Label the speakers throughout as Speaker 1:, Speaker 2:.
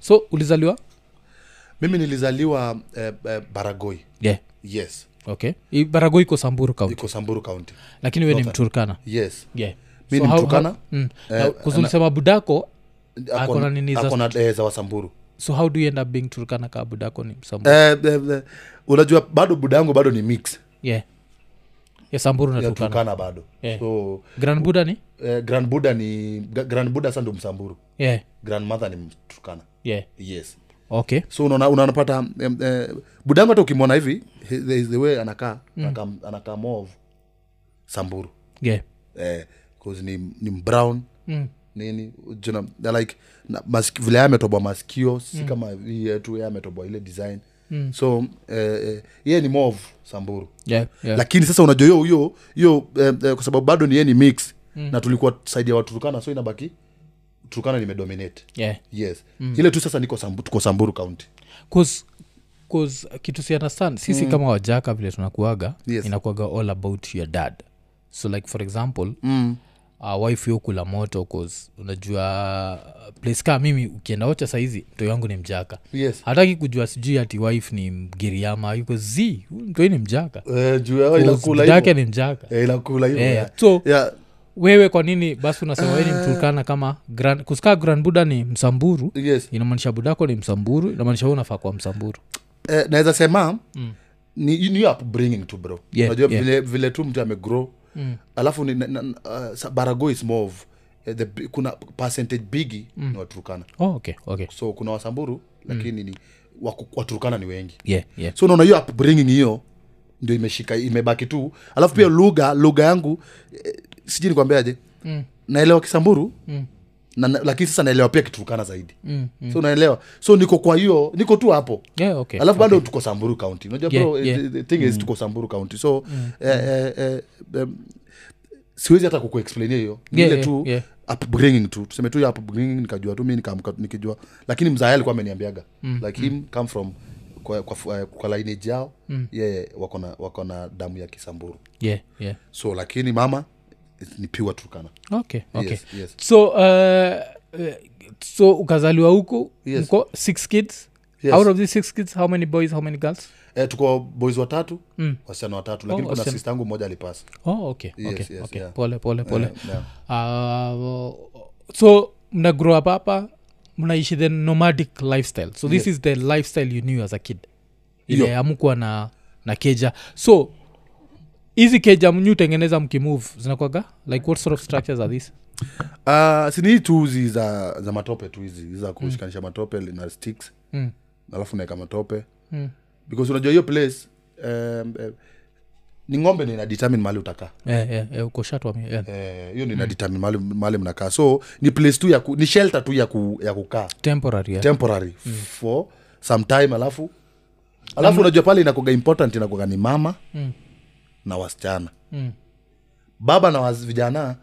Speaker 1: so ulizaliwa
Speaker 2: mimi nilizaliwa eh, eh, baragoi
Speaker 1: yeah.
Speaker 2: yes
Speaker 1: okay Hii barago iko samburu kaunti
Speaker 2: iko samburu county
Speaker 1: lakini we ni mturkana
Speaker 2: yes
Speaker 1: yeah.
Speaker 2: Mi
Speaker 1: So
Speaker 2: ni
Speaker 1: how-
Speaker 2: Mturkana.
Speaker 1: how- mm.
Speaker 2: Eh,
Speaker 1: Na kuzulisema budako Ako na Ah, nini Mm. za-
Speaker 2: akona eh, za wasamburu
Speaker 1: so how do you end up being turkana ka budako ni samburu
Speaker 2: eh, eh, eh, unajua bado buda yangu bado ni mix
Speaker 1: yeah. Eh. yeah, samburu na
Speaker 2: ya
Speaker 1: turkana
Speaker 2: turkana bado
Speaker 1: Eh.
Speaker 2: so
Speaker 1: grand buda ni
Speaker 2: eh, grand buda ni Gra- grand buda sa ndio msamburu
Speaker 1: yeah.
Speaker 2: grandmother ni mturkana
Speaker 1: yeah.
Speaker 2: yes
Speaker 1: okay
Speaker 2: so unaona- unanapata em, eh, budangu hata ukimwona hivi he- there is the way anakaa anakaa
Speaker 1: Mm.
Speaker 2: anakaa more of samburu
Speaker 1: yeah.
Speaker 2: eh, 'cause ni, ni mbrown
Speaker 1: mm.
Speaker 2: nini jina, na like na masik, vile yeye ametoboa masikio si kama hii yetu yeye ametoboa ile design mm. so eh, eh, yeye ni more of samburu
Speaker 1: yeah. yeah.
Speaker 2: lakini sasa unajua hiyo hiyo hiyo eh, eh, kwa sababu bado ni yeye ni mix mm. na tulikuwa saidi ya waturukana so inabaki turukana limedominate
Speaker 1: yeah.
Speaker 2: yes ile tu sasa niko sambu, tuko samburu county
Speaker 1: Cause- cause kitu si understand sisi mm. kama wajaka vile tunakuaga
Speaker 2: Yes.
Speaker 1: inakuaga all about your dad so like for example mm. uh, wife yokula moto cause unajua uh, place kaa mimi ukienda ocha saizi mto yangu ni mjaka
Speaker 2: yes
Speaker 1: hataki kujua sijui ati wife ni mgiriama yuko z mtoi ni mjaka
Speaker 2: Eh, juu yao
Speaker 1: Cause
Speaker 2: inakula
Speaker 1: dadake
Speaker 2: hivyo.
Speaker 1: ni mjaka
Speaker 2: Eh, inakula hivyo
Speaker 1: Eh,
Speaker 2: yeah.
Speaker 1: so-
Speaker 2: Yeah,
Speaker 1: wewe kwa nini basi unasema we ni mturkana kama grand, kusikaa grand buda ni msamburu
Speaker 2: yes
Speaker 1: inamaanisha budako ni msamburu inamaanisha we unafaa kuwa msamburu
Speaker 2: eh, naweza sema ni ni hiyo upbringing tu bro
Speaker 1: Yeah,
Speaker 2: unajua
Speaker 1: yeah.
Speaker 2: vile, vile tu mtu amegrow alafu ni, na, na, uh, sa- barago is more of eh, the, bi- kuna percentage bigi ni waturukana
Speaker 1: oh, okay, okay.
Speaker 2: so kuna wasamburu lakini ni waku- waturukana ni wengi
Speaker 1: yeah, yeah.
Speaker 2: so unaona hiyo upbringing hiyo ndio imeshika imebaki tu alafu pia lugha lugha yangu eh, sijui nikwambiaje mm. naelewa kisamburu mm. na, na, lakini sasa naelewa pia kiturukana zaidi mm, mm. so naelewa so niko kwa hiyo niko tu hapo
Speaker 1: yeah, okay.
Speaker 2: alafu bado tuko samburu county unajua
Speaker 1: Yeah,
Speaker 2: bro,
Speaker 1: yeah. Mm.
Speaker 2: the- the thing is tuko samburu county so eh, eh, eh, em, siwezi hata kukuexplainia hiyo Ni
Speaker 1: Yeah,
Speaker 2: ile
Speaker 1: yeah,
Speaker 2: tu
Speaker 1: yeah.
Speaker 2: upbringing tu tuseme tu ya upbringing nikajua tu mi nikaamka tu nikijua lakini mzae alikuwa ameniambiaga
Speaker 1: Mm.
Speaker 2: like him come from kwa, kwa, fu- eh, kwa lineage yao
Speaker 1: Mm.
Speaker 2: yeye wako na wako na damu ya kisamburu
Speaker 1: yeah, yeah.
Speaker 2: so lakini mama ni piwa turkana
Speaker 1: okay, okay.
Speaker 2: yes, yes.
Speaker 1: so uh, uh, so ukazaliwa huku
Speaker 2: Yes.
Speaker 1: mko six kids
Speaker 2: Yes.
Speaker 1: out of these six kids how many boys how many girls
Speaker 2: Eh, tuko boys watatu mm. wasichana watatu lakini kuna
Speaker 1: Oh, wasichana.
Speaker 2: sister yangu mmoja alipasa
Speaker 1: oh okay,
Speaker 2: Yes,
Speaker 1: okay,
Speaker 2: yes,
Speaker 1: okay.
Speaker 2: yeah.
Speaker 1: pole pole pole
Speaker 2: yeah.
Speaker 1: uh, so mna grow up hapa mnaishi the nomadic lifestyle so this is the lifestyle you knew as a kid ile amkuwa na na keja so hizi keja mnyu tengeneza mkimove zinakwaga like what sort of structures are these
Speaker 2: Uh, sinii tu hizi za, za matope tu hizi hizi za kushikanisha matope na sticks
Speaker 1: Mm.
Speaker 2: alafu naeka matope
Speaker 1: Mm.
Speaker 2: because unajua hiyo place um, eh, ni ng'ombe ndio ina determine mahali utakaa
Speaker 1: yeah, yeah, yeah, Eh, uko shatwa mi- yeah.
Speaker 2: Eh, hiyo ndio
Speaker 1: Mm.
Speaker 2: ina determine mahali, mahali mnakaa so ni place tu ya ku, ni shelter tu ya, ku, ya kukaa
Speaker 1: temporary eh. yeah.
Speaker 2: temporary
Speaker 1: Mm.
Speaker 2: for some time alafu alafu unajua pale inakuga important inakuga ni mama
Speaker 1: Mm.
Speaker 2: na wasichana
Speaker 1: Mm.
Speaker 2: baba na waz- vijana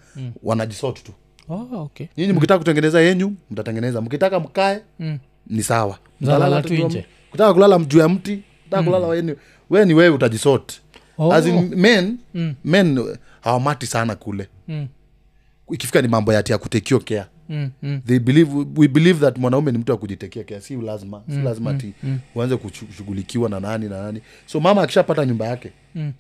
Speaker 2: wanajisort tu
Speaker 1: oh, okay
Speaker 2: nyinyi mkitaka kutengeneza yenyu mtatengeneza mkitaka mkae
Speaker 1: Mm.
Speaker 2: ni sawa
Speaker 1: Mtalala
Speaker 2: Mtalala
Speaker 1: tu
Speaker 2: tu juu ya
Speaker 1: nje.
Speaker 2: m- kutaka kulala mjuu ya mti kutaka kulala weni we ni wewe utajisort
Speaker 1: Oh.
Speaker 2: As in men men uh, hawamati sana kule
Speaker 1: Mm.
Speaker 2: ikifika ni mambo yati ya kutekio kea
Speaker 1: Mm, mm.
Speaker 2: they believe, we believe that mwanaume ni mtu wa kujitekea kea si lazima si lazima ti uanze kushughulikiwa na nani na nani so mama akishapata nyumba yake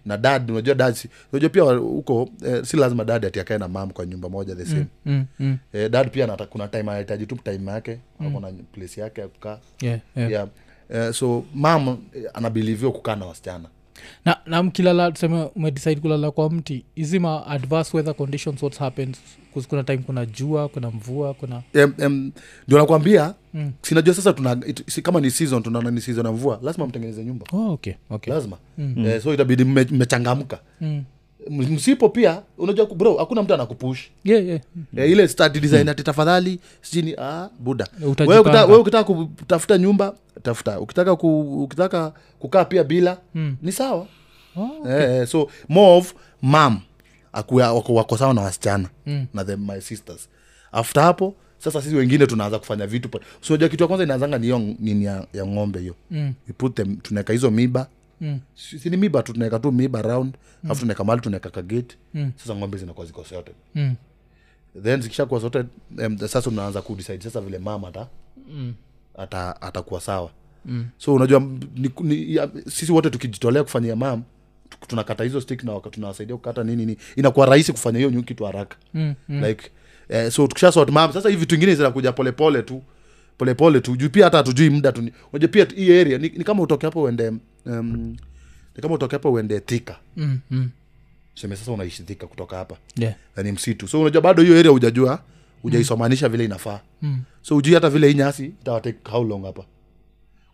Speaker 2: na dad unajua dad si- unajua pia wa- huko eh, si lazima dad ati akae na mam kwa nyumba moja the same
Speaker 1: Mm, mm.
Speaker 2: eh, dad pia anata, kuna time anahitaji tu time yake ako na place yake ya kukaa
Speaker 1: Yeah, yeah.
Speaker 2: yeah. Eh, so mam eh, anabiliviwa kukaa na wasichana
Speaker 1: na, na mkilala tuseme umedecide kulala kwa mti hizi ma adverse weather conditions what happens 'Cause kuna time kuna jua kuna mvua kuna
Speaker 2: Em, em, ndio nakwambia mm. sinajua sasa tuna it, si, kama ni season tunaona ni season ya mvua lazima mtengeneze nyumba
Speaker 1: oh, okay, okay.
Speaker 2: lazima mm. eh, so itabidi mme- mmechangamka mm. msipo pia unajua ku- bro hakuna mtu anakupush
Speaker 1: Yeah, yeah.
Speaker 2: Eh, ile start design ati tafadhali sijini ah, buda
Speaker 1: Utajipanga.
Speaker 2: Wewe ukita- wewe ukitaka kutafuta nyumba tafuta ukitaka ku, ukitaka kukaa pia bila ni sawa
Speaker 1: Hmm. Oh,
Speaker 2: okay. eh, so more of mam aku- wako, wako sawa na wasichana
Speaker 1: Hmm.
Speaker 2: mm. na the, my sisters after hapo sasa sisi wengine tunaanza kufanya vitu pa- so unajua kitu ya kwanza inaanzanga ni hiyo ng- nini ya, ya ng'ombe hiyo
Speaker 1: Hmm.
Speaker 2: mm. tunaweka hizo miba mm. sini miba tu tunaweka tu miba round mm.
Speaker 1: Hmm.
Speaker 2: afu tunaweka mahali tunaweka kageti mm. sasa ng'ombe zinakuwa ziko sorted
Speaker 1: Mm.
Speaker 2: then zikishakuwa sorted um, sasa unaanza kudecide sasa vile mama ata mm. ata, atakuwa sawa mm. so unajua m- ni, ni, ya, sisi wote tukijitolea kufanyia mam tu- tunakata hizo stick na waka- tunawasaidia kukata nini nini inakuwa rahisi kufanya hiyo nyu- kitu haraka
Speaker 1: Mm,
Speaker 2: like eh, so tukisha sort mam sasa hivi vitu ingine zinakuja polepole tu polepole tu juu pia hata hatujui muda tu unajua pia tu- hii area ni, ni kama utoke hapo uende um, ni kama utoke hapo uende thika
Speaker 1: mm, mm.
Speaker 2: seme sasa unaishi thika kutoka hapa
Speaker 1: yeah.
Speaker 2: na ni msitu so unajua bado hiyo area hujajua hujaisomanisha vile inafaa
Speaker 1: Mm.
Speaker 2: so ujui hata vile hii nyasi itawatake how long hapa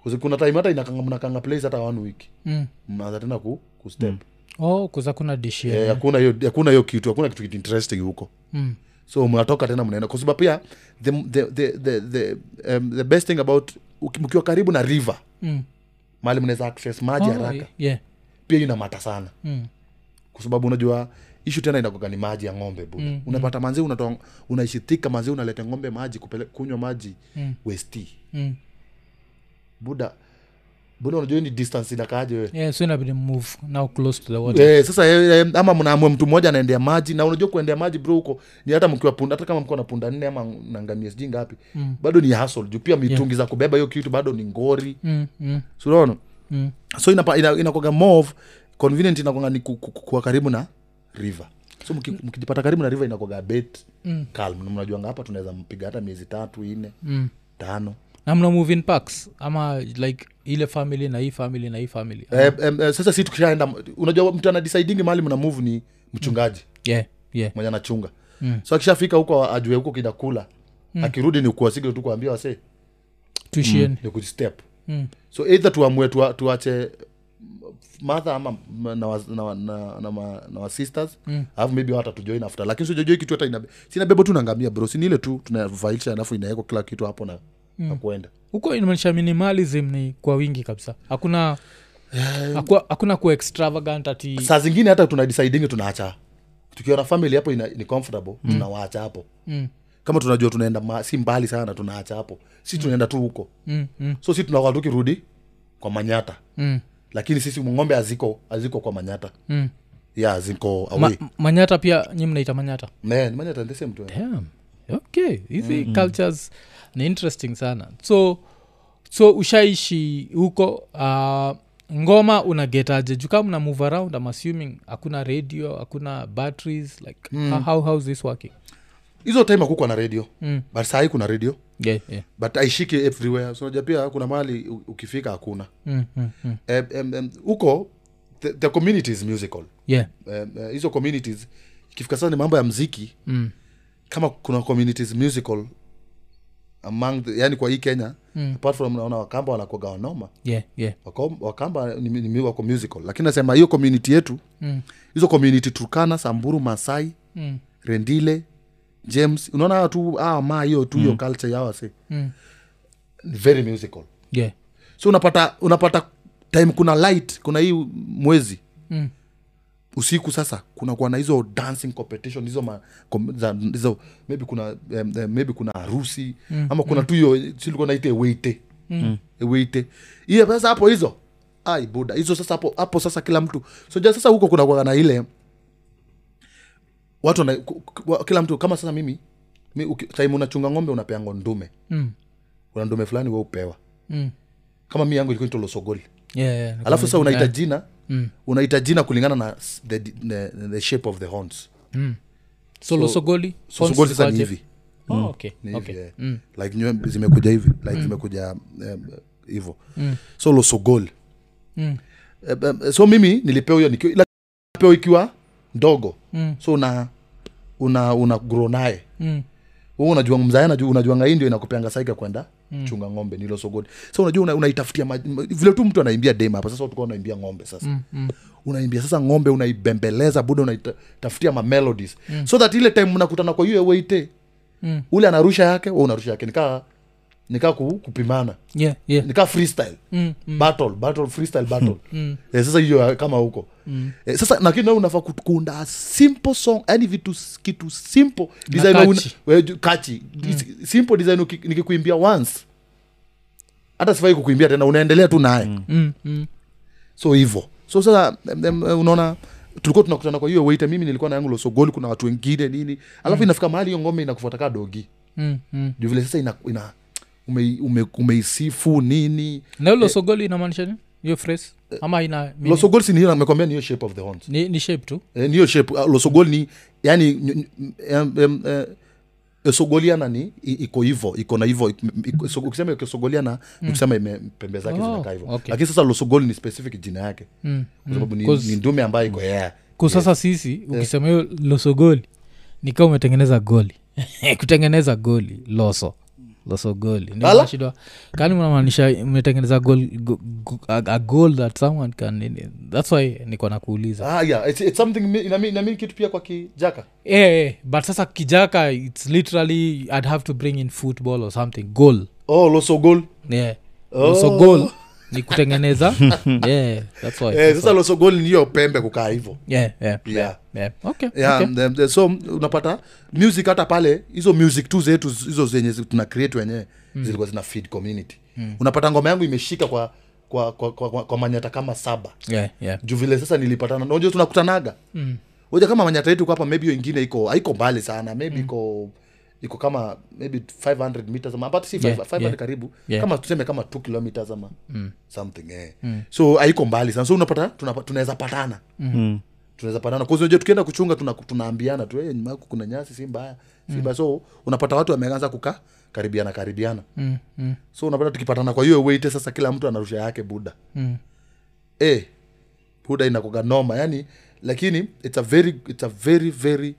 Speaker 2: 'Cause kuna time hata inakanga mnakanga place hata one week
Speaker 1: mm.
Speaker 2: mnaanza tena ku, ku step
Speaker 1: oh kuza kuna dishi
Speaker 2: Eh, hakuna hiyo hakuna hiyo kitu hakuna kitu kitu interesting huko
Speaker 1: Mm.
Speaker 2: so mnatoka tena mnaenda kwa sababu pia the, the, the, the, the, um, the best thing about uki- mkiwa karibu na river
Speaker 1: Mm.
Speaker 2: mali mnaweza access maji
Speaker 1: Oh,
Speaker 2: haraka
Speaker 1: yeah.
Speaker 2: pia hiyo inamata sana
Speaker 1: Mm.
Speaker 2: kwa sababu unajua ishu tena inakuga ni maji ya ng'ombe bu mm, unapata manzi unatoa unaishitika manzi unaleta ng'ombe maji kupele, kunywa maji
Speaker 1: Mm.
Speaker 2: westi
Speaker 1: Mm.
Speaker 2: buda buda unajua hiyo ni distance inakaaje wewe
Speaker 1: Yeah, so inabidi move now close to the water
Speaker 2: Eh, sasa eh, eh, ama mnaamua mtu mmoja anaendea maji na unajua kuendea maji bro huko ni hata mkiwa punda hata kama mkiwa na punda nne ama nangamia sijui ngapi mm. bado ni hasol juu pia mitungi yeah. za kubeba hiyo kitu bado ni ngori
Speaker 1: mm, mm,
Speaker 2: Si unaona
Speaker 1: mm.
Speaker 2: so inakuaga ina, inakuwaga more of convenient inakuaga ni ku- ku- kuwa karibu na river so mki- mkijipata karibu na river inakuaga bet mm. calm Na mnajuanga hapa tunaweza mpiga hata miezi tatu ine
Speaker 1: Mm.
Speaker 2: tano
Speaker 1: na mna move in packs ama like ile family na hii family na hii family
Speaker 2: eh, em, eh, sasa si tukishaenda unajua mtu anadisidingi mahali mna move ni mchungaji
Speaker 1: yeah, yeah.
Speaker 2: mwenye anachunga mm. so akishafika huko ajue huko kinakula mm. akirudi ni kuwasige tu kuambia wasee
Speaker 1: tuishieni
Speaker 2: ni kujistep
Speaker 1: Mm.
Speaker 2: so either tuamue tuwa, tuache madha ama m- na, wa- na, wa- na, na, ma- na wasisters mm. alafu maybe hata tujoin after lakini sijajoi kitu hata inabe- sinabebo tu nangamia bro sini ile tu tunavailisha alafu inawekwa kila kitu hapo na, mm. na kuenda
Speaker 1: huko inamaanisha minimalism ni kwa wingi kabisa hakuna
Speaker 2: Eh,
Speaker 1: hakua- hakuna kuwa extravagant ati
Speaker 2: saa zingine hata tunadisidingi tunaacha tukiona family hapo ina, ni comfortable mm. tunawaacha hapo
Speaker 1: Mm.
Speaker 2: kama tunajua tunaenda ma, si mbali sana tunaacha hapo si tunaenda tu huko
Speaker 1: mm, mm,
Speaker 2: so si tunakaa tukirudi kwa manyata
Speaker 1: mm,
Speaker 2: lakini sisi ng'ombe haziko haziko kwa manyata
Speaker 1: mm.
Speaker 2: ya ziko away
Speaker 1: Ma, manyata pia nyi mnaita manyata
Speaker 2: Man, manyata the same tu eh.
Speaker 1: Damn. okay hizi
Speaker 2: Mm-hmm.
Speaker 1: cultures ni interesting sana so so ushaishi huko uh, ngoma unagetaje juu kama mna move around am assuming hakuna radio hakuna batteries like mm. how, how is this working
Speaker 2: hizo time akukwa na radio
Speaker 1: Mm.
Speaker 2: but sahii kuna radio
Speaker 1: yeah, yeah.
Speaker 2: but aishiki everywhere so unajua pia kuna mahali u- ukifika hakuna
Speaker 1: Mm, mm, mm.
Speaker 2: Em, em, em, huko the, the community is musical
Speaker 1: yeah.
Speaker 2: Em, eh, hizo communities ikifika sasa ni mambo ya mziki
Speaker 1: Mm.
Speaker 2: kama kuna communities musical among the, yani kwa hii kenya mm. apart from naona wakamba wanakuaga wanoma
Speaker 1: yeah, yeah.
Speaker 2: Wako- wakamba ni, ni, wako musical lakini nasema hiyo community yetu
Speaker 1: Mm.
Speaker 2: hizo community turkana samburu masai
Speaker 1: Mm.
Speaker 2: rendile james unaona hawa tu hawa ma hiyo tu hiyo culture yao wase
Speaker 1: Mm.
Speaker 2: ni very musical
Speaker 1: yeah.
Speaker 2: so unapata unapata time kuna light kuna hii mwezi
Speaker 1: Mm.
Speaker 2: usiku sasa kunakuwa na hizo dancing competition hizo ma, kom, za, hizo maybe kuna um, maybe kuna harusi mm, ama kuna mm. tu hiyo silikuwa naita eweite mm. eweite hiyo sasa hapo hizo ai buda hizo sasa hapo hapo sasa kila mtu so ja sasa huko kunakuwa na ile watu wana, ku- ku- wa- kila mtu kama sasa mimi mi, uki- time unachunga ng'ombe unapeangwa ndume
Speaker 1: Mm.
Speaker 2: kuna ndume fulani we upewa
Speaker 1: Mm.
Speaker 2: kama mi yangu ilikuwa inaitwa losogoli
Speaker 1: Yeah, yeah, Mm, yeah. Mm.
Speaker 2: alafu sasa
Speaker 1: Comedy.
Speaker 2: unaita jina unaita jina kulingana na s- the, the, the shape of the horns
Speaker 1: so losogoli
Speaker 2: So sogoli sasa ni hivi
Speaker 1: oh, okay.
Speaker 2: Ni hivi,
Speaker 1: okay. Mm.
Speaker 2: eh. like nyewe zimekuja hivi like zimekuja um, hivo so losogol
Speaker 1: Mm.
Speaker 2: Eh, eh, so mimi nilipewa hiyo nikiwa- ila nilipewa ikiwa ndogo
Speaker 1: Mm.
Speaker 2: so una una una grow naye
Speaker 1: Mm.
Speaker 2: Wewe unajua mzae najua unajuanga hii ndio inakupeanga saika kwenda
Speaker 1: Mm.
Speaker 2: chunga ng'ombe nilo sogoni so unajua una, unaitafutia maji- ma- vile tu mtu anaimbia dem hapa sasa tukuwa unaimbia ng'ombe sasa mm, mm. unaimbia sasa ng'ombe unaibembeleza buda unaitafutia ma melodies mm. so that ile time mnakutana kwa hiyo weite
Speaker 1: Mm.
Speaker 2: ule anarusha yake we unarusha yake nikaa nikaa ku, kupimana
Speaker 1: yeah, yeah.
Speaker 2: nikaa freestyle
Speaker 1: Mm.
Speaker 2: battle battle freestyle battle eh, sasa hiyo kama huko mm. eh, sasa lakini nawe unafaa kut- kuunda simple song yani vitu s- kitu simple design
Speaker 1: catchy. Mm.
Speaker 2: una- we- ju- catchy Dis- simple design uki- nikikuimbia once hata sifai kukuimbia tena unaendelea tu naye
Speaker 1: Mm. Mm.
Speaker 2: so hivo so sasa em, em, eh, unaona tulikuwa tunakutana kwa hiyo weite mimi nilikuwa na yangu losogoli kuna watu wengine nini alafu inafika mahali hiyo ngome inakufuata kaa dogi
Speaker 1: Mm. Mm.
Speaker 2: juu vile sasa ina, ina ume, ume, umeisifu nini
Speaker 1: na hilo sogoli inamaanisha nini hiyo phrase
Speaker 2: Eh,
Speaker 1: ama ina meaning?
Speaker 2: losogol si ni hiyo amekwambia ni hiyo shape of the horns
Speaker 1: ni, ni shape tu
Speaker 2: eh, niyo shape uh, losogol ni yani ny- ny- em- em- eh, esogoliana ni i- iko hivo iko na hivo ik- iko- so- ukisema ikisogoliana mm. nikusema ime- pembe zake
Speaker 1: Oh,
Speaker 2: zinakaa hivo
Speaker 1: okay.
Speaker 2: lakini sasa losogol ni specific jina yake
Speaker 1: mm.
Speaker 2: kwa sababu ni,
Speaker 1: 'Cause-
Speaker 2: ni Eh. ndume ambayo iko yeah.
Speaker 1: ku sasa sisi ukisema hiyo loso goli nikaa umetengeneza goli kutengeneza goli loso loso goli Ndio
Speaker 2: Ala?
Speaker 1: nashindwa. kani mnamaanisha umetengeneza goal- go- go- a a goal that someone can nini. thats why niko nakuuliza
Speaker 2: ah, yeah. it's, it's something mi- ina mean- ina mean kitu pia kwa kijaka
Speaker 1: eh eh, but sasa kijaka its literally i'd have to bring in football or something goal
Speaker 2: oh losogol
Speaker 1: yeah.
Speaker 2: Oh.
Speaker 1: loso goal ni kutengeneza yeah, that's why.
Speaker 2: eh, sasa losogol ni hiyo pembe kukaa hivo
Speaker 1: yeah, yeah,
Speaker 2: yeah.
Speaker 1: yeah. okay,
Speaker 2: Yeah,
Speaker 1: okay.
Speaker 2: the- the- so unapata music hata pale hizo music tu zetu z- hizo zenye zi- tuna create wenyewe zilikuwa zina feed community unapata ngoma yangu imeshika kwa kwa, kwa, kwa, kwa, kwa manyata kama saba
Speaker 1: Yeah, yeah.
Speaker 2: juu vile sasa nilipatana unajua tunakutanaga mm. kama manyata yetu iko hapa maybe hiyo ingine iko haiko mbali sana maybe iko iko kama maybe 500 meters ama but si
Speaker 1: Yeah,
Speaker 2: 500
Speaker 1: yeah.
Speaker 2: karibu
Speaker 1: Yeah. Mm.
Speaker 2: kama tuseme kama 2 kilometers ama something eh. so haiko mbali sana so unapata tunapa- tunaweza patana
Speaker 1: Mm.
Speaker 2: tunaweza patana kwa unajua tukienda kuchunga tuna, tunaambiana tu hey, nyuma yako kuna nyasi si mbaya
Speaker 1: Mm.
Speaker 2: si mbaya so unapata watu wameanza kukaa karibiana karibiana
Speaker 1: Mm, mm,
Speaker 2: so unapata tukipatana kwa hiyo weite sasa kila mtu anarusha yake buda
Speaker 1: mm.
Speaker 2: eh, buda inakuga noma yani lakini it's a very, it's a very very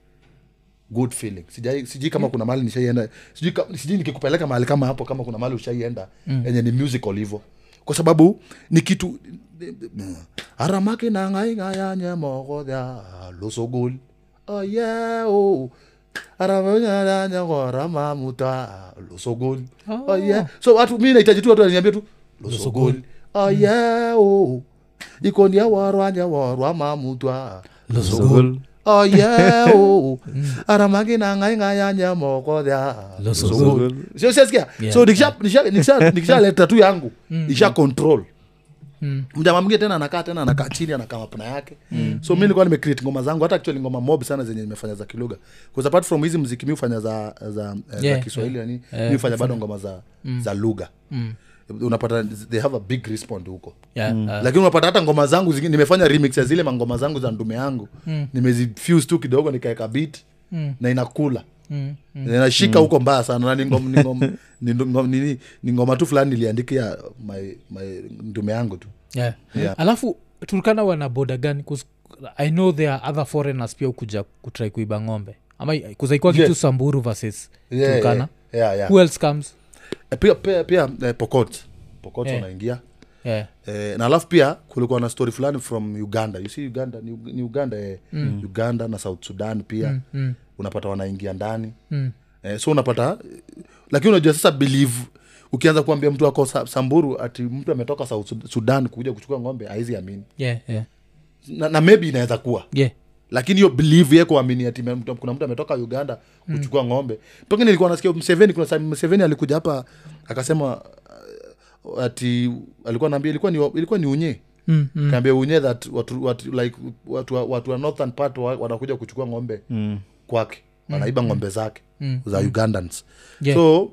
Speaker 2: good feeling sijai sijui kama kuna mahali nishaienda sijui ka- sijui nikikupeleka mahali kama hapo kama kuna mahali ushaienda yenye ni musical hivyo kwa sababu ni kitu aramaki nangaingayanyemogotha losogol Oh, oyeo aramanyanyakoramamuta losogol oye Oh, so watu mi nahitaji tu watu waniambie tu Oh, losogol oyeo ikonia warwanya oh. warwa mamutwa
Speaker 1: Losogol.
Speaker 2: oyeo aramaki nangaingayanyemogotha
Speaker 1: Losogol.
Speaker 2: siosiaskia so nikisha- nikisha- nikisha- nikishaleta tu yangu isha control mjama mwingine tena anakaa tena anakaa chini anakaa mapna yake so mi nilikuwa nimecreate ngoma zangu hata actually ngoma mob sana zenye nimefanya za kilugha 'Cause apart from hizi mziki mi hufanya za, za, eh,
Speaker 1: Yeah,
Speaker 2: za kiswahili yeah. mi hufanya Mm. bado ngoma za, za lugha unapata they have a big respond huko
Speaker 1: Yeah, uh,
Speaker 2: lakini unapata hata ngoma zangu zingine nimefanya remix ya zile mangoma zangu za ndume yangu
Speaker 1: Hmm.
Speaker 2: mm. nimezifuse tu kidogo nikaweka bit mm. na inakula
Speaker 1: Hmm.
Speaker 2: mm. inashika huko mbaya sana na ni ngom- ni ngom- ni ndo- ngom- nini- ni ngoma tu fulani niliandikia my, my ndume yangu tu
Speaker 1: yeah.
Speaker 2: Yeah.
Speaker 1: alafu turkana wana boda gani 'Cause i know there are other foreigners pia ukuja kutrai kuiba ng'ombe ama kuzaikwa kitu
Speaker 2: Yes.
Speaker 1: samburu versus
Speaker 2: Yeah,
Speaker 1: turkana
Speaker 2: yeah, yeah,
Speaker 1: who
Speaker 2: yeah.
Speaker 1: else comes
Speaker 2: Eh, pia, pia, pia eh, pokot pokot
Speaker 1: Eh.
Speaker 2: wanaingia
Speaker 1: yeah.
Speaker 2: Eh, na alafu pia kulikuwa na story fulani from uganda you see uganda ni, ni uganda eh, uganda na south sudan pia mm, mm. unapata wanaingia ndani mm. eh, so unapata eh, lakini unajua sasa believe ukianza kuambia mtu ako sa, samburu ati mtu ametoka south Sud- sudan kuja kuchukua ng'ombe aizi amini
Speaker 1: Yeah, yeah.
Speaker 2: na, na maybe inaweza kuwa
Speaker 1: Yeah.
Speaker 2: lakini hiyo believe yeko amini ati me- mtu- kuna mtu ametoka uganda kuchukua mm. ng'ombe pengine nilikuwa nasikia mseveni kuna sa- mseveni alikuja hapa akasema uh, ati alikuwa naambia ilikuwa ni wa- ilikuwa ni unye
Speaker 1: Mm, mm.
Speaker 2: kaambia unye that watu, watu, like, watu, wa- watu wa northern part wa- wanakuja kuchukua ng'ombe mm. kwake wanaiba ng'ombe zake mm. za ugandans
Speaker 1: Yeah.
Speaker 2: so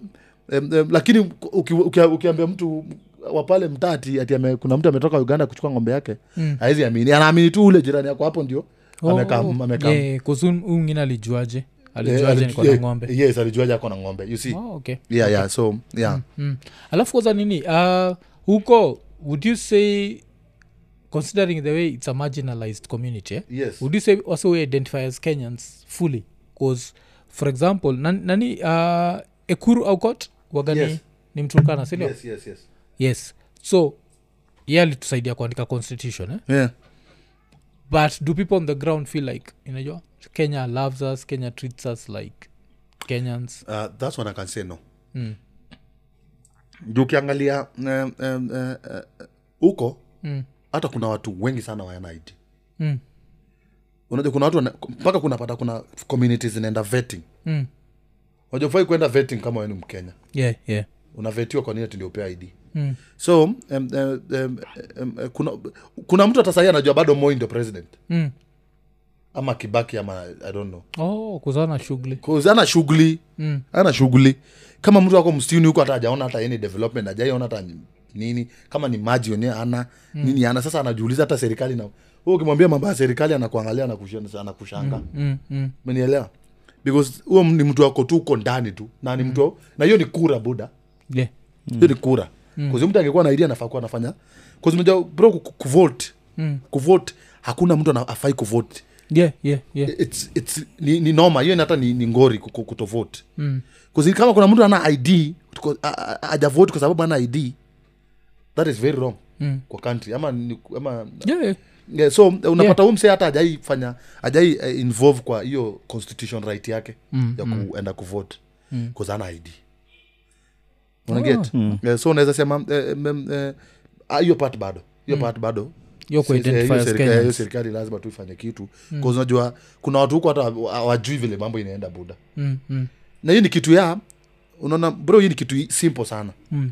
Speaker 2: em, em, lakini uki, uki, ukiambia mtu wa pale mtati ati ame, kuna mtu ametoka uganda kuchukua ng'ombe yake mm. aezi amini anaamini tu ule jirani yako hapo ndio
Speaker 1: Oh,
Speaker 2: amekam- amekam-
Speaker 1: yeah, 'cause huyu- huyu mwingine alijuaje
Speaker 2: Eh,
Speaker 1: alijuaje
Speaker 2: aliju-
Speaker 1: niko na
Speaker 2: eh,
Speaker 1: ng'ombe
Speaker 2: yes alijuaje ako na ng'ombe you see
Speaker 1: oh, okay.
Speaker 2: yeah yeah so yeah
Speaker 1: mm. alafu kwanza nini uh, huko would you say considering the way it's a marginalized community eh?
Speaker 2: yes
Speaker 1: would you say also we identify as kenyans fully bcause for example nan, nani uh, ekuru aukot wagani
Speaker 2: Yes.
Speaker 1: ni mturukana sindio yes.
Speaker 2: yes yes yes
Speaker 1: yes so ye alitusaidia kuandika constitution eh?
Speaker 2: yeah
Speaker 1: but do people on the ground feel like inajua kenya loves us kenya treats us like kenyans
Speaker 2: uh, that's what I can say no juu ukiangalia em, em, eh, eh, huko
Speaker 1: Mm.
Speaker 2: hata kuna watu wengi sana wa NID
Speaker 1: Mm.
Speaker 2: unajua kuna watu wana- mpaka kunapata kuna communities zinaenda vetting
Speaker 1: mm.
Speaker 2: unajua fai kuenda vetting kama weni mkenya
Speaker 1: yeah, yeah.
Speaker 2: unavetiwa kwa nini ati ndio upewe id
Speaker 1: Mm.
Speaker 2: so um, eh, um, um, um, kuna, kuna mtu hata sahii anajua bado moi ndio president
Speaker 1: Mm.
Speaker 2: ama kibaki ama i don't know
Speaker 1: oh, kuzana shughuli
Speaker 2: 'Cause ana shughuli mm. ana shughuli kama mtu ako msituni huko hata ajaona hata any development ajaiona hata nini kama ni maji yenyewe ana mm. nini ana sasa anajiuliza hata serikali na wewe ukimwambia mambo ya serikali anakuangalia anakushan- anakushanga mm.
Speaker 1: mm, mm.
Speaker 2: umenielewa because huo ni mtu wako tu uko ndani tu na ni mtu na hiyo ni kura buda
Speaker 1: yeah.
Speaker 2: hiyo ni kura mm. mtu angekuwa na idea anafaa kuwa anafanya Cause unajua, bro ku- ku- kuvote mm. kuvote hakuna mtu ana- afai kuvote
Speaker 1: yeah, yeah, yeah.
Speaker 2: it's, it's, ni, ni noma hiyo ni hata ni, ni ngori ku- ku- kutovote mm. kama kuna mtu ana id tuko- a- a- a- hajavote kwa sababu ana id that is very wrong mm. kwa country ama, ni- ama
Speaker 1: Yeah, yeah.
Speaker 2: yeah, so eh, unapata yeah. umse hata ajai fanya ajai eh, involve kwa hiyo constitution right yake mm, ya kuenda mm. kuvote mm. ana id unaget Eh, so unaweza sema eh, mm, eh, ah, hiyo part bado hiyo part bado
Speaker 1: Hiyo ku
Speaker 2: Si- si-
Speaker 1: identify
Speaker 2: hiyo
Speaker 1: as
Speaker 2: serikali-
Speaker 1: Kenyans.
Speaker 2: hiyo serikali lazima tu ifanye kitu mm. unajua kuna watu huko hata hawajui vile mambo inaenda buda
Speaker 1: Mm, mm,
Speaker 2: na hii ni kitu ya unaona bro hii ni kitu i- simple sana
Speaker 1: Mm.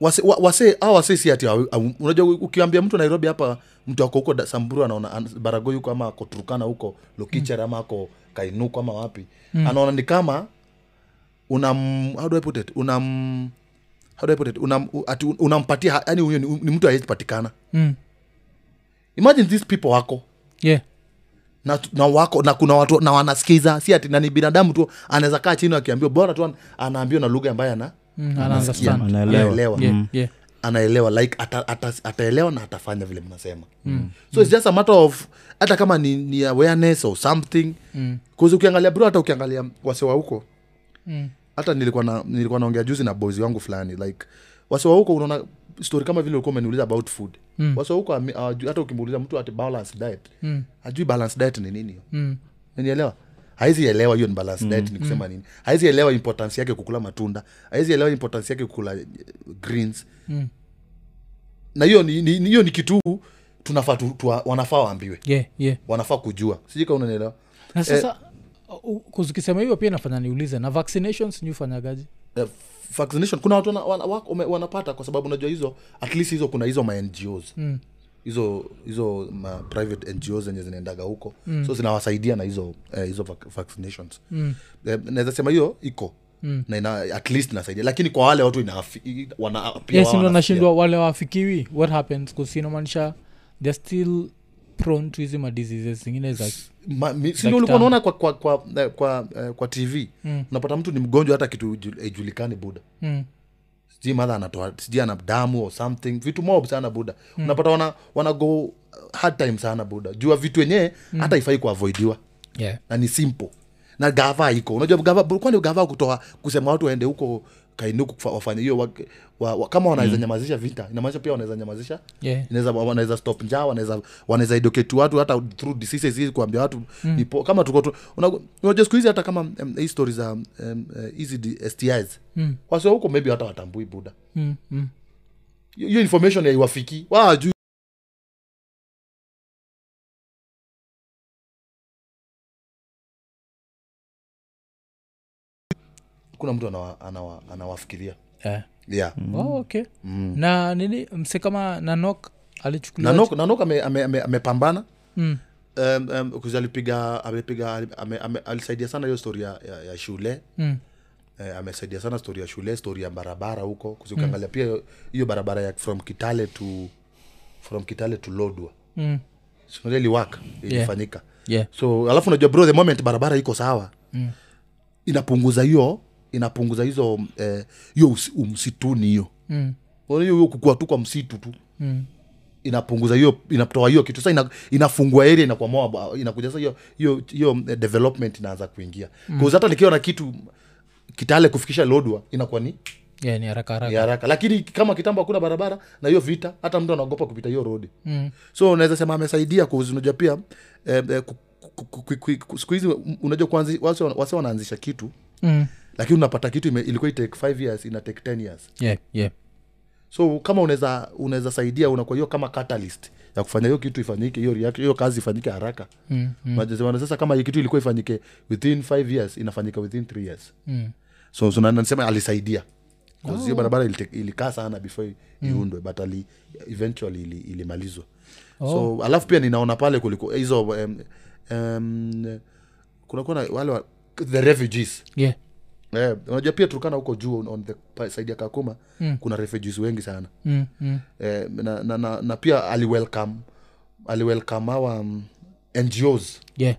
Speaker 2: wase wa- wase hawa wase si ati hawa- hawa- unajua u- ukiambia mtu nairobi hapa mtu ako huko Da- samburu anaona an- baragoi huko ama ako turukana huko lokicher ama ako kainuko ama wapi anaona ni kama unam how do i put it unam how do i put it unam u- ati un- unampatia ha- yani huyo ni, ni mtu ayezipatikana
Speaker 1: mm.
Speaker 2: imagine these people wako
Speaker 1: yeah.
Speaker 2: na, na wako na kuna watu na wanasikiza si ati na ni binadamu tu anaweza kaa chini akiambiwa bora tu an- anaambiwa na lugha ambayo ana
Speaker 1: Mm, anaunderstand.
Speaker 3: Anaelewa.
Speaker 2: anaelewa
Speaker 1: Yeah, yeah.
Speaker 2: anaelewa like ata, ata, ataelewa na atafanya vile mnasema mm. so it's just a matter of hata kama ni, ni awareness or something mm. ukiangalia bro hata ukiangalia wasewa huko
Speaker 1: Mm.
Speaker 2: hata nilikuwa na nilikuwa naongea juzi na boys wangu fulani like wasewa huko unaona story kama vile ulikuwa umeniuliza about food mm. wasewa huko ame- hawajui- hata ukimuuliza mtu ati balance diet mm. ajui balance diet ni nini
Speaker 1: Mm.
Speaker 2: nielewa haizi elewa hiyo ni balance diet ni kusema nini haizi elewa importance yake kukula matunda haizi elewa importance yake kukula eh, greens na hiyo ni, ni, ni- hiyo ni kitu tunafaa tu, tuwa- wanafaa waambiwe
Speaker 1: yeah, yeah.
Speaker 2: wanafaa kujua sijui kama unanielewa
Speaker 1: na sasa eh, kuzikisema hivyo pia nafanya niulize na vaccinations niufanyagaji
Speaker 2: Eh, vaccination kuna watu wana, wana, wako- ume- wanapata kwa sababu unajua hizo at least hizo kuna hizo ma ngos mm. hizo hizo ma private ngos zenye zinaendaga huko mm. so zinawasaidia na hizo eh, hizo vac- vaccinations mm. eh, naweza sema hiyo iko mm. na ina, at least inasaidia lakini kwa wale watu inaafi- i- wana pia wao
Speaker 1: yesindo
Speaker 2: wanafikia.
Speaker 1: nashindwa wale wafikiwi what happens kusinamaanisha they're still prone to hizi madiseases zingine za
Speaker 2: Ma- mi- si
Speaker 1: Za
Speaker 2: ndio ulikuwa
Speaker 1: kitambo.
Speaker 2: unaona kwa kwa kwa, eh, kwa, eh, kwa tv mm. unapata mtu ni mgonjwa hata kitu ju- haijulikani buda
Speaker 1: Mm.
Speaker 2: sijui madha anatoa sijui ana damu or something vitu mob sana buda mm. unapata wana, wana go uh, hard time sana buda jua vitu wenyewe mm. hata ifai kuavoidiwa
Speaker 1: yeah.
Speaker 2: na ni simple na gava iko unajua gava kwani gava kutoa kusema watu waende huko kainuku kufa- wafanye hiyo wa, wa, wa, kama wanaweza mm. nyamazisha vita inamaanisha pia wanaweza nyamazisha
Speaker 1: Yeah.
Speaker 2: inaweza wanaweza stop njaa wanaweza wanaweza educate watu hata through diseases hizi kuambia watu mm. nipo kama tuko tu una- unajua siku hizi hata kama um, hii story za um, eh, hizi di- STIs mm. wasio huko maybe hata watambui buda
Speaker 1: Mm, mm.
Speaker 2: hiyo information haiwafiki wajuu kuna mtu anawa, anawa, anawafikiria
Speaker 1: Yeah.
Speaker 2: yeah.
Speaker 1: Oh, okay na nini mse kama nanok alichukuliwa
Speaker 2: nanok nanok amepambana ame, ame, amepambana.
Speaker 1: Mm.
Speaker 2: um, um, 'cause alipiga amepiga ame, ame, alisaidia sana hiyo story ya, ya, ya shule
Speaker 1: Mm.
Speaker 2: eh, amesaidia sana story ya shule story ya barabara huko Kuzi ukiangalia pia hiyo- hiyo barabara ya from kitale to from kitale to lodwa
Speaker 1: Mm.
Speaker 2: liwaka ilifanyika
Speaker 1: Yeah.
Speaker 2: so alafu unajua bro the moment barabara iko sawa mm. inapunguza hiyo inapunguza hizo eh, hiyo usi- umsituni hiyo
Speaker 1: Mm.
Speaker 2: Kwa hiyo hiyo kukua tu kwa msitu tu mm. inapunguza hiyo inatoa hiyo kitu sasa ina, inafungua area inakwamua inakuja sasa hiyo hiyo hiyo eh, development inaanza kuingia mm. hata nikiwa na kitu kitale kufikisha lodwa inakuwa ni
Speaker 1: Yeah, ni haraka
Speaker 2: ni
Speaker 1: haraka
Speaker 2: haraka lakini kama kitambo hakuna barabara na hiyo vita hata mtu anaogopa kupita hiyo rodi
Speaker 1: Mm.
Speaker 2: so unaweza sema amesaidia kuzinajua pia eh, eh, ku- ku- ku- ku- ku- ku- siku hizi mm, unajua kuanzi- wase wase wanaanzisha kitu
Speaker 1: Mm.
Speaker 2: lakini unapata kitu ime, ilikuwa itake 5 years ina take 10 years
Speaker 1: Yeah, yeah.
Speaker 2: so kama unaweza unaweza saidia unakuwa hiyo kama catalyst ya kufanya hiyo kitu ifanyike hiyo react- hiyo kazi ifanyike haraka mm, sasa kama hii kitu ilikuwa ifanyike within 5 years inafanyika within 3 years
Speaker 1: Mm.
Speaker 2: so, so na- nasema alisaidia 'Cause Mm. hiyo barabara ilite- ilikaa sana before iundwe but ali, eventually ili, ilimalizwa oh. so alafu pia ninaona pale kuliko hizo um, um, kunakuwa na wale wa, the refugees
Speaker 1: yeah.
Speaker 2: Eh, unajua pia turkana huko juu on- on the pa- side ya kakuma mm. kuna refugees wengi sana
Speaker 1: mm, mm.
Speaker 2: eh, na, na, na, na pia aliwelcome aliwelcome hawa um, ngos
Speaker 1: yeah.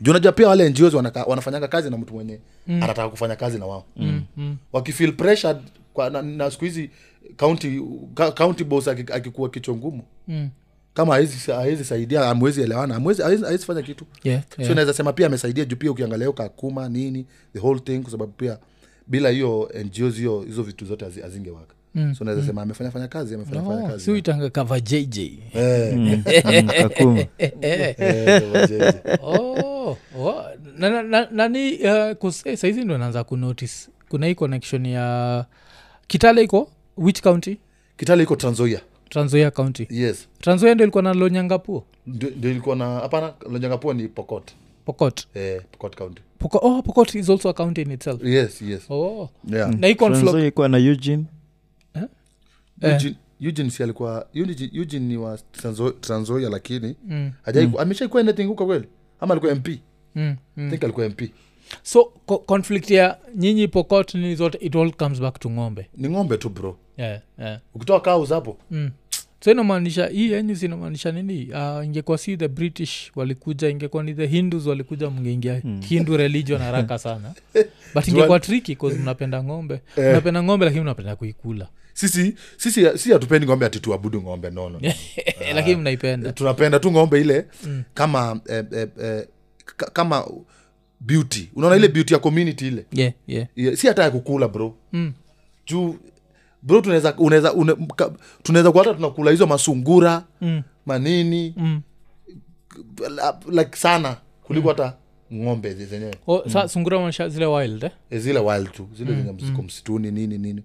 Speaker 2: juu unajua pia wale ngos wanaka, wanafanyaga kazi na mtu mwenye mm. anataka kufanya kazi na wao mm. mm. wakifeel pressured kwa, na, na siku hizi county, ka- county boss aki- akikuwa kichwa ngumu
Speaker 1: Mm.
Speaker 2: kama haezi- haezi saidia amwezi elewana amwezi- haezi haezi fanya kitu
Speaker 1: Yeah.
Speaker 2: so
Speaker 1: Yeah.
Speaker 2: naweza sema pia amesaidia juu pia ukiangalia hiyo kakuma nini the whole thing kwa sababu pia bila hiyo ngos hiyo hizo vitu zote hazi- hazingewaka mm. so naweza sema amefanya fanya kazi amefanya fanya
Speaker 1: Oh,
Speaker 2: kazi
Speaker 1: si uitanga kava jj
Speaker 3: kakuma
Speaker 2: Eh, wajeje.
Speaker 1: oh, oh. Na- na- na- nani uh, kuse saizi ndo naanza kunotice kuna hii connection ya kitale iko which county
Speaker 2: kitale iko tranzoia
Speaker 1: tranzoia county
Speaker 2: yes
Speaker 1: tranzoia ndo ilikuwa na lonyangapuo
Speaker 2: ndio ndio ilikuwa na hapana lonyangapuo ni pokot
Speaker 1: pokot
Speaker 2: eh, pokot county
Speaker 1: Poko, oh, pokot is also a county in itself
Speaker 2: yes yes
Speaker 1: oh.
Speaker 2: yeah.
Speaker 1: na hii conflict-
Speaker 3: ikuwa na eugene
Speaker 1: eh.
Speaker 2: Eugene, Eugene si alikuwa Eugene, Eugene ni wa Transo- transoia lakini
Speaker 1: Mm.
Speaker 2: hajai ameshaikuwa anything huko kweli ama alikuwa mp
Speaker 1: mm, mm.
Speaker 2: think alikuwa mp
Speaker 1: so co- conflict ya nyinyi pokot nini zote it all comes back to ng'ombe
Speaker 2: ni ng'ombe tu bro
Speaker 1: yeah, yeah.
Speaker 2: ukitoa kaus hapo
Speaker 1: mm. so inamaanisha hii yenyu sinamaanisha nini uh, ingekuwa si the british walikuja ingekuwa ni the hindus walikuja mngeingia mm. hindu religion haraka sana but ingekuwa triki bcause mnapenda ng'ombe eh. mnapenda ng'ombe lakini mnapenda kuikula
Speaker 2: sisi sisi si hatupendi ng'ombe ati tuabudu ng'ombe nono
Speaker 1: lakini mnaipenda
Speaker 2: tunapenda tu ng'ombe ile mm. kama eh, eh, eh, ka- kama beauty unaona
Speaker 1: Mm.
Speaker 2: ile beauty ya community ile
Speaker 1: yeah, yeah.
Speaker 2: Yeah, si hata ya kukula bro mm. juu bro tunaweza unaweza une- mka- tunaweza kuwa hata tunakula hizo masungura mm. manini mm. like sana kuliko hata ng'ombe zi- zenyewe
Speaker 1: O, Oh, sa sungura manisha zile wild eh?
Speaker 2: Eh, zile wild tu zile
Speaker 1: Mm,
Speaker 2: zenye mziko msituni nini nini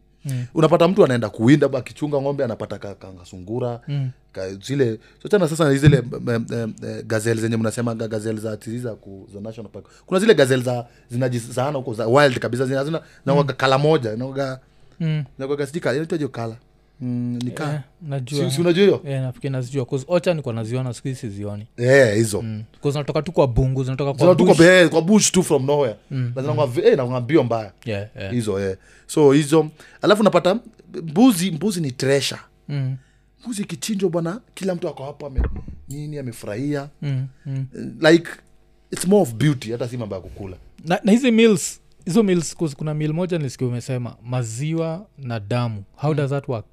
Speaker 2: unapata mtu anaenda kuwinda ba- akichunga ng'ombe anapata ka- ka- kasungura
Speaker 1: Mm.
Speaker 2: ka, zile sochana sasa na zile m- m- m- eh, gazel zenye mnasema ga- gazel za tizi za, ku, za national park kuna zile gazel za zinajizaana huko za wild kabisa zina, zina, nawaga kala moja nawaga
Speaker 1: Mm.
Speaker 2: nawaga sijika inaitwaje kala mm, ni kaa
Speaker 1: Eh, najua
Speaker 2: si si unajua hiyo
Speaker 1: yeah, nafikiri nazijua 'cause ocha nikuwa naziona siku hizi sizioni
Speaker 2: eh hizo
Speaker 1: Because zinatoka tu kwa bungu zinatoka Mm. kwa
Speaker 2: zinatuko
Speaker 1: bush. Mm.
Speaker 2: be- kwa bush tu from nowhere na zinakuwa- eh, inakuwa mbio mbaya
Speaker 1: Yeah, yeah.
Speaker 2: hizo eh. so hizo alafu napata mbuzi mbuzi ni tresha
Speaker 1: Mm,
Speaker 2: mbuzi ikichinjwa bwana kila mtu ako hapo ame, nini amefurahia
Speaker 1: mm, mm.
Speaker 2: Eh, like its more of beauty hata si mambo ya kukula
Speaker 1: na, na hizi mills hizo mills 'cause kuna mil moja nisikia umesema maziwa na damu how does that work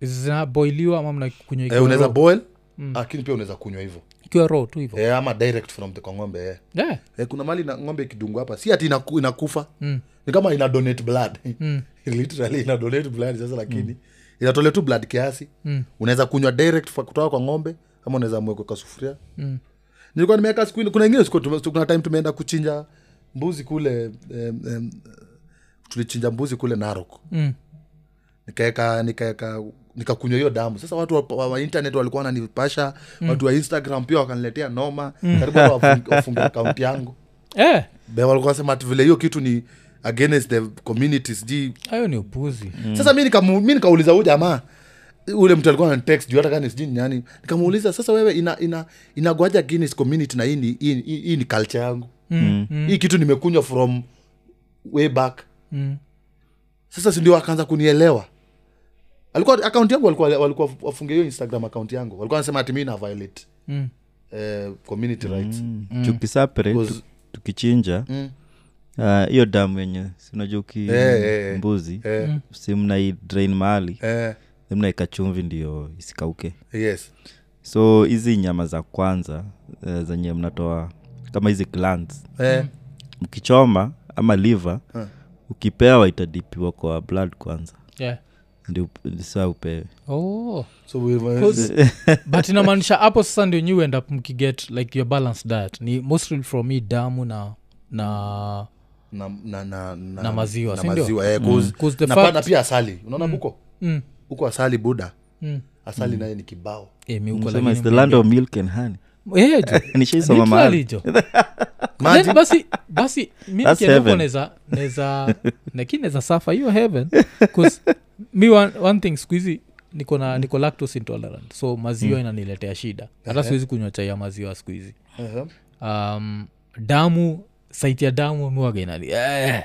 Speaker 1: zinaboiliwa ama mnakunywa
Speaker 2: eh,
Speaker 1: ikiwa
Speaker 2: unaweza
Speaker 1: raw?
Speaker 2: boil
Speaker 1: Mm.
Speaker 2: lakini pia unaweza kunywa hivyo
Speaker 1: ikiwa raw tu hivo
Speaker 2: eh, ama direct from the kwa ng'ombe eh.
Speaker 1: yeah.
Speaker 2: Eh, kuna mali na ng'ombe ikidungwa hapa si ati inaku, inakufa
Speaker 1: Mm.
Speaker 2: ni kama ina donate blood literally ina donate blood sasa lakini inatolea tu blood kiasi mm. unaweza kunywa direct fa- kutoka kwa ng'ombe ama unaweza mwekwe kwa sufuria
Speaker 1: Mm.
Speaker 2: nilikuwa nimeweka siku ile kuna ingine siku tume- kuna time tumeenda kuchinja mbuzi kule em, em, tulichinja mbuzi kule narok
Speaker 1: mm.
Speaker 2: nikaeka nikaeka nikakunywa hiyo damu sasa watu wa, wa, wa internet walikuwa wananipasha mm. watu wa instagram pia wakaniletea noma mm. karibu hata wafunge- wafunge akaunti yangu
Speaker 1: eh,
Speaker 2: Be- walikuwa wanasema ati vile hiyo kitu ni against the community sijui
Speaker 1: hayo ni upuzi
Speaker 2: sasa mi nikamu- mi nikauliza huu jamaa ule mtu alikuwa ananitext juu hata kani sijui ni nani nikamuuliza sasa wewe ina ina inagoaja against community na hii ni hii, hii, hii ni culture yangu
Speaker 1: mm. Mm.
Speaker 2: hii kitu nimekunywa from way back
Speaker 1: Mm.
Speaker 2: sasa sindio akaanza kunielewa alikuwa akaunti yangu walikuwa walikuwa wafunge hiyo instagram akaunti yangu walikuwa wanasema ati mi na violate
Speaker 1: Mm.
Speaker 2: eh, community rights
Speaker 3: tukisapre
Speaker 2: Mm. Because-
Speaker 3: tu- tukichinja
Speaker 2: Mm.
Speaker 3: ah, hiyo damu yenye sinajua uki
Speaker 2: Eh, eh, eh.
Speaker 3: mbuzi
Speaker 2: eh,
Speaker 1: Mm.
Speaker 3: si mnai drain mahali
Speaker 2: eh,
Speaker 3: then mnaeka chumvi ndio isikauke
Speaker 2: yes
Speaker 3: so hizi nyama za kwanza uh, zenye mnatoa kama hizi glands
Speaker 1: Mm.
Speaker 2: eh,
Speaker 3: mkichoma ama liver
Speaker 2: Hmm.
Speaker 3: ukipewa itadipiwa kwa blood kwanza
Speaker 1: Yeah.
Speaker 3: ndio up- saa upewe
Speaker 1: Oh.
Speaker 2: so we-
Speaker 1: 'Cause- but inamaanisha hapo sasa ndio nyi end up mkiget like your balanced diet ni mostly from hii damu na na
Speaker 2: na, na, na, na,
Speaker 1: Na maziwa,
Speaker 2: na
Speaker 1: si ndio? Mm.
Speaker 2: maziwa eh, 'cause-
Speaker 1: 'Cause the
Speaker 2: na pa-
Speaker 1: fact-
Speaker 2: na pia asali unaona huko
Speaker 1: mm.
Speaker 2: huko asali buda
Speaker 1: Mm.
Speaker 2: asali naye ni kibao
Speaker 1: Eh, mi huko
Speaker 3: Sema,
Speaker 1: lakini
Speaker 3: "It's the land
Speaker 1: mnge-
Speaker 3: of milk and honey Yaani
Speaker 1: Eh, jo.
Speaker 3: nishaisoma
Speaker 1: Literally,
Speaker 3: mahali
Speaker 1: jo.
Speaker 2: Maji.
Speaker 1: Then basi basi mi
Speaker 3: That's
Speaker 1: nikienda huko
Speaker 3: heaven.
Speaker 1: neza neza lakini neza safa hiyo heaven 'cause mi one, one thing sikuhizi niko na niko lactose intolerant so maziwa
Speaker 3: Hmm.
Speaker 1: inaniletea shida
Speaker 3: Eh.
Speaker 1: hata siwezi kunywa chai ya maziwa siku hizi
Speaker 2: Aha.
Speaker 1: um, damu saiti ya damu miwaga inani eh,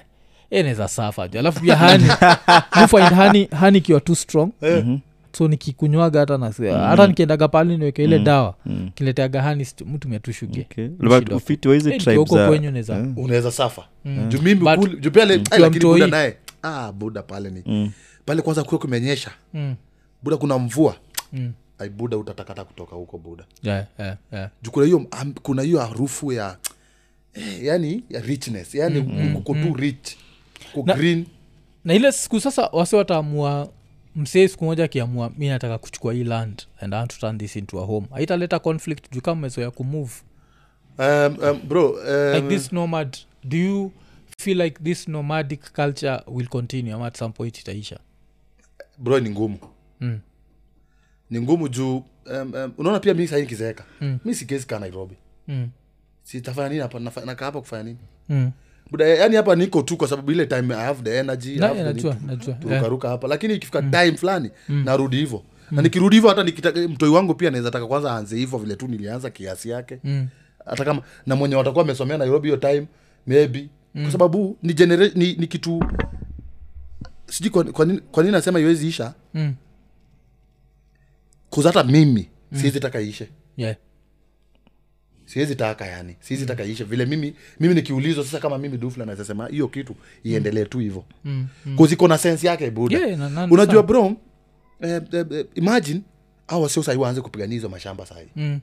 Speaker 1: inaweza safa ju alafu pia hani mufind hani hani ikiwa too strong
Speaker 2: Eh,
Speaker 1: so nikikunywaga hata na hata nikiendaga pali niweke ile dawa
Speaker 3: Mm.
Speaker 1: kileteaga hani stu- mtu miatushuge
Speaker 3: Okay. But
Speaker 1: Shida.
Speaker 3: ufiti wa hizi
Speaker 1: Eh,
Speaker 3: tribes
Speaker 1: uko
Speaker 3: za-
Speaker 1: kwenyu unaweza-
Speaker 3: eh,
Speaker 2: unaweza safa
Speaker 1: Mm.
Speaker 2: juu mimi
Speaker 1: But-
Speaker 2: ukuli- juu pia le- ai,
Speaker 1: Ukiwa
Speaker 2: lakini buda
Speaker 1: mtoi-
Speaker 2: naye ah, buda pale ni
Speaker 3: mm,
Speaker 2: pale kwanza kuwa kumenyesha
Speaker 1: mm,
Speaker 2: buda kuna mvua
Speaker 1: mm.
Speaker 2: ai buda utatakata kutoka huko buda
Speaker 1: yeah, yeah, yeah.
Speaker 2: juu kuna hiyo am- kuna hiyo harufu ya eh, yani ya richness yani
Speaker 1: Mm.
Speaker 2: kuko tu rich ko green
Speaker 1: na ile siku sasa wase wataamua msee siku moja akiamua mi nataka kuchukua hii land and I want to turn this into a home aitaleta conflict juu kama mezoya kumove
Speaker 2: um, um, bro
Speaker 1: like
Speaker 2: um,
Speaker 1: this nomad do you feel like this nomadic culture will continue ama at some point itaisha
Speaker 2: bro ni ngumu
Speaker 1: Mm.
Speaker 2: ni ngumu juu um, um, unaona pia mi sahii nikizeeka mi sikezi kaa nairobi
Speaker 1: mm.
Speaker 2: sitafanya nini hapa Nafa- nakaa hapa kufanya nini
Speaker 1: Mm.
Speaker 2: buda yani hapa niko tu kwa sababu ile time i have the energy I
Speaker 1: Na-
Speaker 2: have the
Speaker 1: najua
Speaker 2: need to-
Speaker 1: najua
Speaker 2: to
Speaker 1: Eh, Mm.
Speaker 2: rukaruka hapa lakini ikifika time fulani narudi hivo na nikirudi hivo hata nikitaka mtoi wangu pia naweza taka kwanza aanze hivo vile tu nilianza kiasi yake
Speaker 1: Mm.
Speaker 2: hata kama na mwenye watakuwa amesomea nairobi hiyo time maybe
Speaker 1: Mm.
Speaker 2: kwa sababu ni, genera- ni, ni kitu sijui kwa, kwa, nini- kwa nini nasema iwezi isha
Speaker 1: Mm.
Speaker 2: kuza hata mimi
Speaker 1: Mm.
Speaker 2: siwezi taka ishe
Speaker 1: yeah.
Speaker 2: siwezi taka yani siwezi
Speaker 1: Mm.
Speaker 2: taka ishe vile mimi mimi nikiulizwa sasa kama mimi dufla naweza sema hiyo kitu iendelee tu hivo
Speaker 1: Mm.
Speaker 2: kuziko na sense yake buda
Speaker 1: Yeah, na- na-
Speaker 2: unajua
Speaker 1: understand.
Speaker 2: bro eh, eh, eh, imagine au wasio sahii waanze kupigania hizo mashamba sahii
Speaker 1: Mm.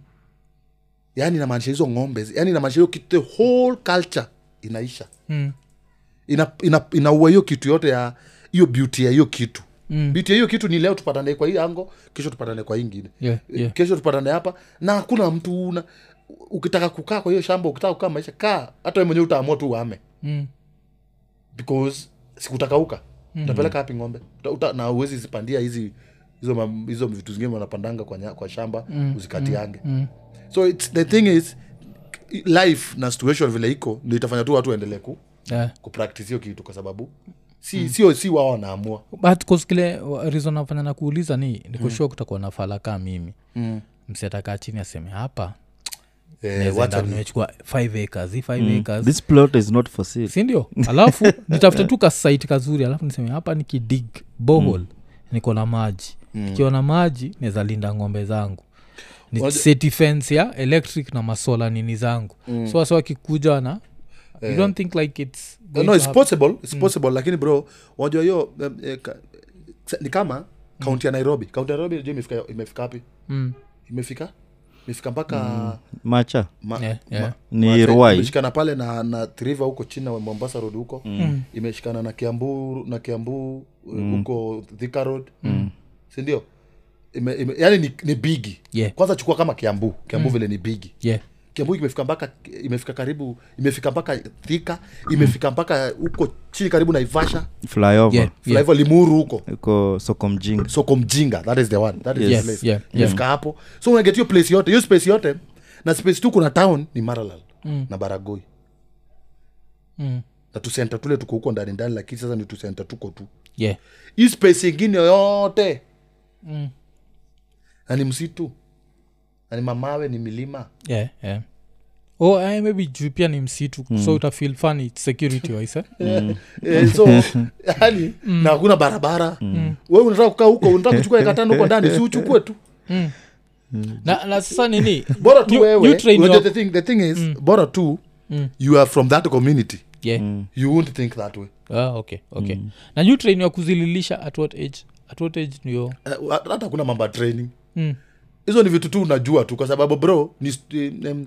Speaker 2: yaani inamaanisha hizo ng'ombe yaani inamaanisha hiyo kitu the whole culture inaisha
Speaker 1: Mm.
Speaker 2: ina, ina, inaua hiyo kitu yote ya hiyo beauty ya hiyo kitu
Speaker 1: Mm.
Speaker 2: beauty ya hiyo kitu ni leo tupatane kwa hii ango kesho tupatane kwa hii ingine
Speaker 1: Yeah, yeah.
Speaker 2: kesho tupatane hapa na hakuna mtu una ukitaka kukaa kwa hiyo shamba ukitaka kukaa maisha kaa hata we mwenyewe utaamua tu uame
Speaker 1: Mm. Mm-hmm.
Speaker 2: because sikutakauka utapeleka hapi ng'ombe Uta- uta- na uwezi zipandia hizi hizo mam- hizo vitu zingine wanapandanga kwa, nya- kwa shamba
Speaker 1: Mm.
Speaker 2: uzikatiange so it's, the thing is life na situation vile iko ndio itafanya tu watu waendelee ku
Speaker 1: Yeah.
Speaker 2: kupractice hiyo kitu kwa sababu si,
Speaker 1: Mm.
Speaker 2: sio si wao wanaamua
Speaker 1: but 'cause kile wa- reason nafanya na kuuliza ni nikoshua mm. kutakuwa na fala kaa mimi mm. msetakaa chini aseme hapa
Speaker 2: eh,
Speaker 1: naweza
Speaker 2: wacha
Speaker 1: enda
Speaker 2: ni- Mm.
Speaker 1: nimechukua 5 acres hii 5 acres
Speaker 3: this plot is not for sale
Speaker 1: sindio alafu
Speaker 2: Eh.
Speaker 1: nitafute tu kasite kazuri alafu niseme hapa nikidig bohol mm. niko na maji mm. nikiwa na maji naweza linda ng'ombe zangu ni
Speaker 2: Waja-
Speaker 1: seti fence ya electric na masola nini zangu mm. so wasa wakikuja na you don't think like it's going
Speaker 2: Eh. no,
Speaker 1: to
Speaker 2: it's
Speaker 1: happen? Mm.
Speaker 2: possible, it's possible lakini bro unajua hiyo um, eh, ka- sa- ni kama kaunti ya nairobi kaunti ya nairobi unajua imefika imefika wapi
Speaker 1: Mm.
Speaker 2: imefika imefika mpaka
Speaker 3: macha
Speaker 2: ma-
Speaker 1: Yeah, yeah.
Speaker 3: ni rwai
Speaker 2: imeshikana pale na na triva huko china wa mombasa road huko
Speaker 1: Mm.
Speaker 2: imeshikana na kiambu na kiambu uh, huko thika road sindio ime, ime, yani ni, ni bigi
Speaker 1: Yeah. Mm.
Speaker 2: kwanza chukua kama kiambu kiambu vile ni bigi
Speaker 1: yeah
Speaker 2: kiambu imefika mpaka imefika karibu imefika mpaka thika imefika mpaka huko chini karibu naivasha
Speaker 3: flyover
Speaker 1: Yeah.
Speaker 2: yeah. hivyo limuru huko
Speaker 3: iko soko mjinga
Speaker 2: soko mjinga that is the one that is the
Speaker 1: Yes.
Speaker 2: place
Speaker 1: Yeah, yeah.
Speaker 2: imefika hapo so unaget hiyo place yote hiyo space yote na space tu kuna town ni maralal na baragoi
Speaker 1: Mm.
Speaker 2: na tusenta tule tuko huko ndani ndani lakini sasa ni tusenta tuko tu
Speaker 1: yeah
Speaker 2: hii space ingine yote
Speaker 1: Mm.
Speaker 2: na ni msitu na ni mamawe ni milima
Speaker 1: yeah yeah oh, eh, maybe juu pia ni msitu so
Speaker 2: Hmm.
Speaker 1: utafeel funny security wise eh?
Speaker 2: Eh, so yani
Speaker 1: Mm.
Speaker 2: na hakuna barabara we unataka kukaa huko unataka kuchukua eka tano huko ndani si uchukue tu
Speaker 1: na, na sasa nini
Speaker 2: Hmm. bora tu
Speaker 1: You-
Speaker 2: wewe
Speaker 1: you train
Speaker 2: unajua
Speaker 1: your- Mm.
Speaker 2: the thing, the thing is bora tu you are from that community
Speaker 1: yeah
Speaker 2: you won't think that way
Speaker 1: ah, okay okay
Speaker 2: Hmm.
Speaker 1: na you train ya kuzililisha at what age at what age ndio
Speaker 2: Eh, hata hata kuna mambo ya training
Speaker 1: Mm.
Speaker 2: hizo ni vitu tu unajua tu kwa sababu bro ni st- eh, em,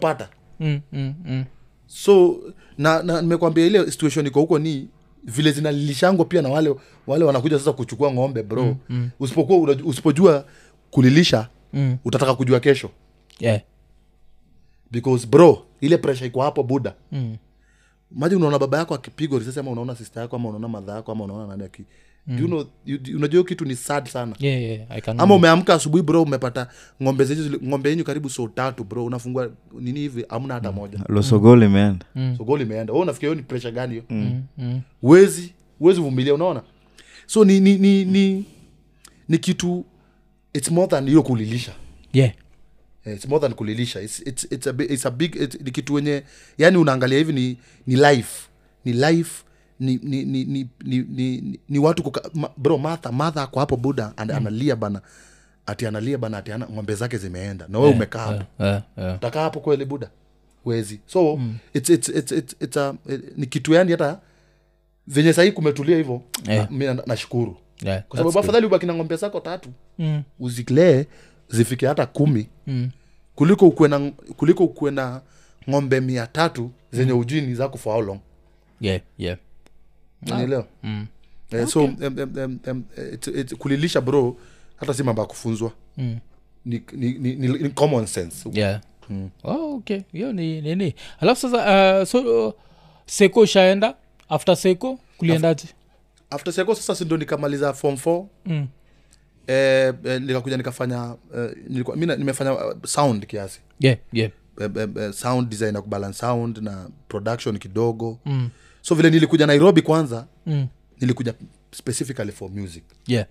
Speaker 2: pata
Speaker 1: mm, mm, mm.
Speaker 2: so na, na nimekwambia ile situation iko huko ni vile zinalilishangwa pia na wale wale wanakuja sasa kuchukua ng'ombe bro mm, mm. usipokuwa unaj- usipojua kulilisha
Speaker 1: Mm.
Speaker 2: utataka kujua kesho
Speaker 1: yeah
Speaker 2: because bro ile presha iko hapo buda
Speaker 1: mm.
Speaker 2: maji unaona baba yako akipigwa risasi ama unaona sista yako ama unaona madha yako ama unaona nani aki mm. you know, you, you- unajua hiyo kitu ni sad sana
Speaker 1: yeah, yeah, I can
Speaker 2: ama umeamka asubuhi bro umepata ng'ombe zenyu zili- ng'ombe yenyu karibu so tatu bro unafungua nini hivi amna hata moja
Speaker 1: Mm.
Speaker 3: losogol imeenda
Speaker 2: so goli imeenda wewe unafikia hiyo ni pressure gani hiyo
Speaker 1: mm, mm.
Speaker 2: wezi wezi vumilia unaona so ni ni ni ni, ni kitu its more than hiyo kulilisha
Speaker 1: yeah
Speaker 2: Eh, its more than kulilisha it's, it's, it's a, bi- it's a big it, ni kitu wenye yani unaangalia hivi ni, ni life ni life ni ni, ni, ni, ni, ni, ni watu kuka, ma, bro martha martha ako hapo buda
Speaker 1: Mm.
Speaker 2: and, analia bana ati analia bana ati ana, ng'ombe zake zimeenda na we umekaa hapo
Speaker 1: yeah, yeah.
Speaker 2: utakaa hapo kweli buda wezi so mm. it's, it's, it's, it's, it's a, it, ni kitu yani hata venye sahii kumetulia hivyo
Speaker 1: Yeah.
Speaker 2: yeah. mi na- nashukuru
Speaker 1: Yeah,
Speaker 2: kwa sababu afadhali ubaki na ng'ombe zako tatu mm. uziklee zifike hata kumi mm. kuliko ukuwe na kuliko ukuwe na ng'ombe mia tatu zenye ujui ni zako for how long
Speaker 1: yeah, yeah.
Speaker 2: unaelewa mm. eh, so um, um, um, um, it, it, kulilisha bro hata si mambo ya kufunzwa mm. ni, ni, ni, ni, ni common sense
Speaker 1: yeah.
Speaker 2: Hmm.
Speaker 1: oh, okay hiyo ni nini alafu sasa uh, so uh, seko ishaenda after seko kuliendaje
Speaker 2: after seko sasa sindo nikamaliza form four mm. eh, eh, nikakuja nikafanya eh, nilikuwa, mina, nimefanya eh, sound kiasi
Speaker 1: yeah, yeah.
Speaker 2: eh, eh, eh, sound design na kubalance sound na production kidogo mm. so vile nilikuja nairobi kwanza mm. nilikuja specifically for music
Speaker 1: yeah.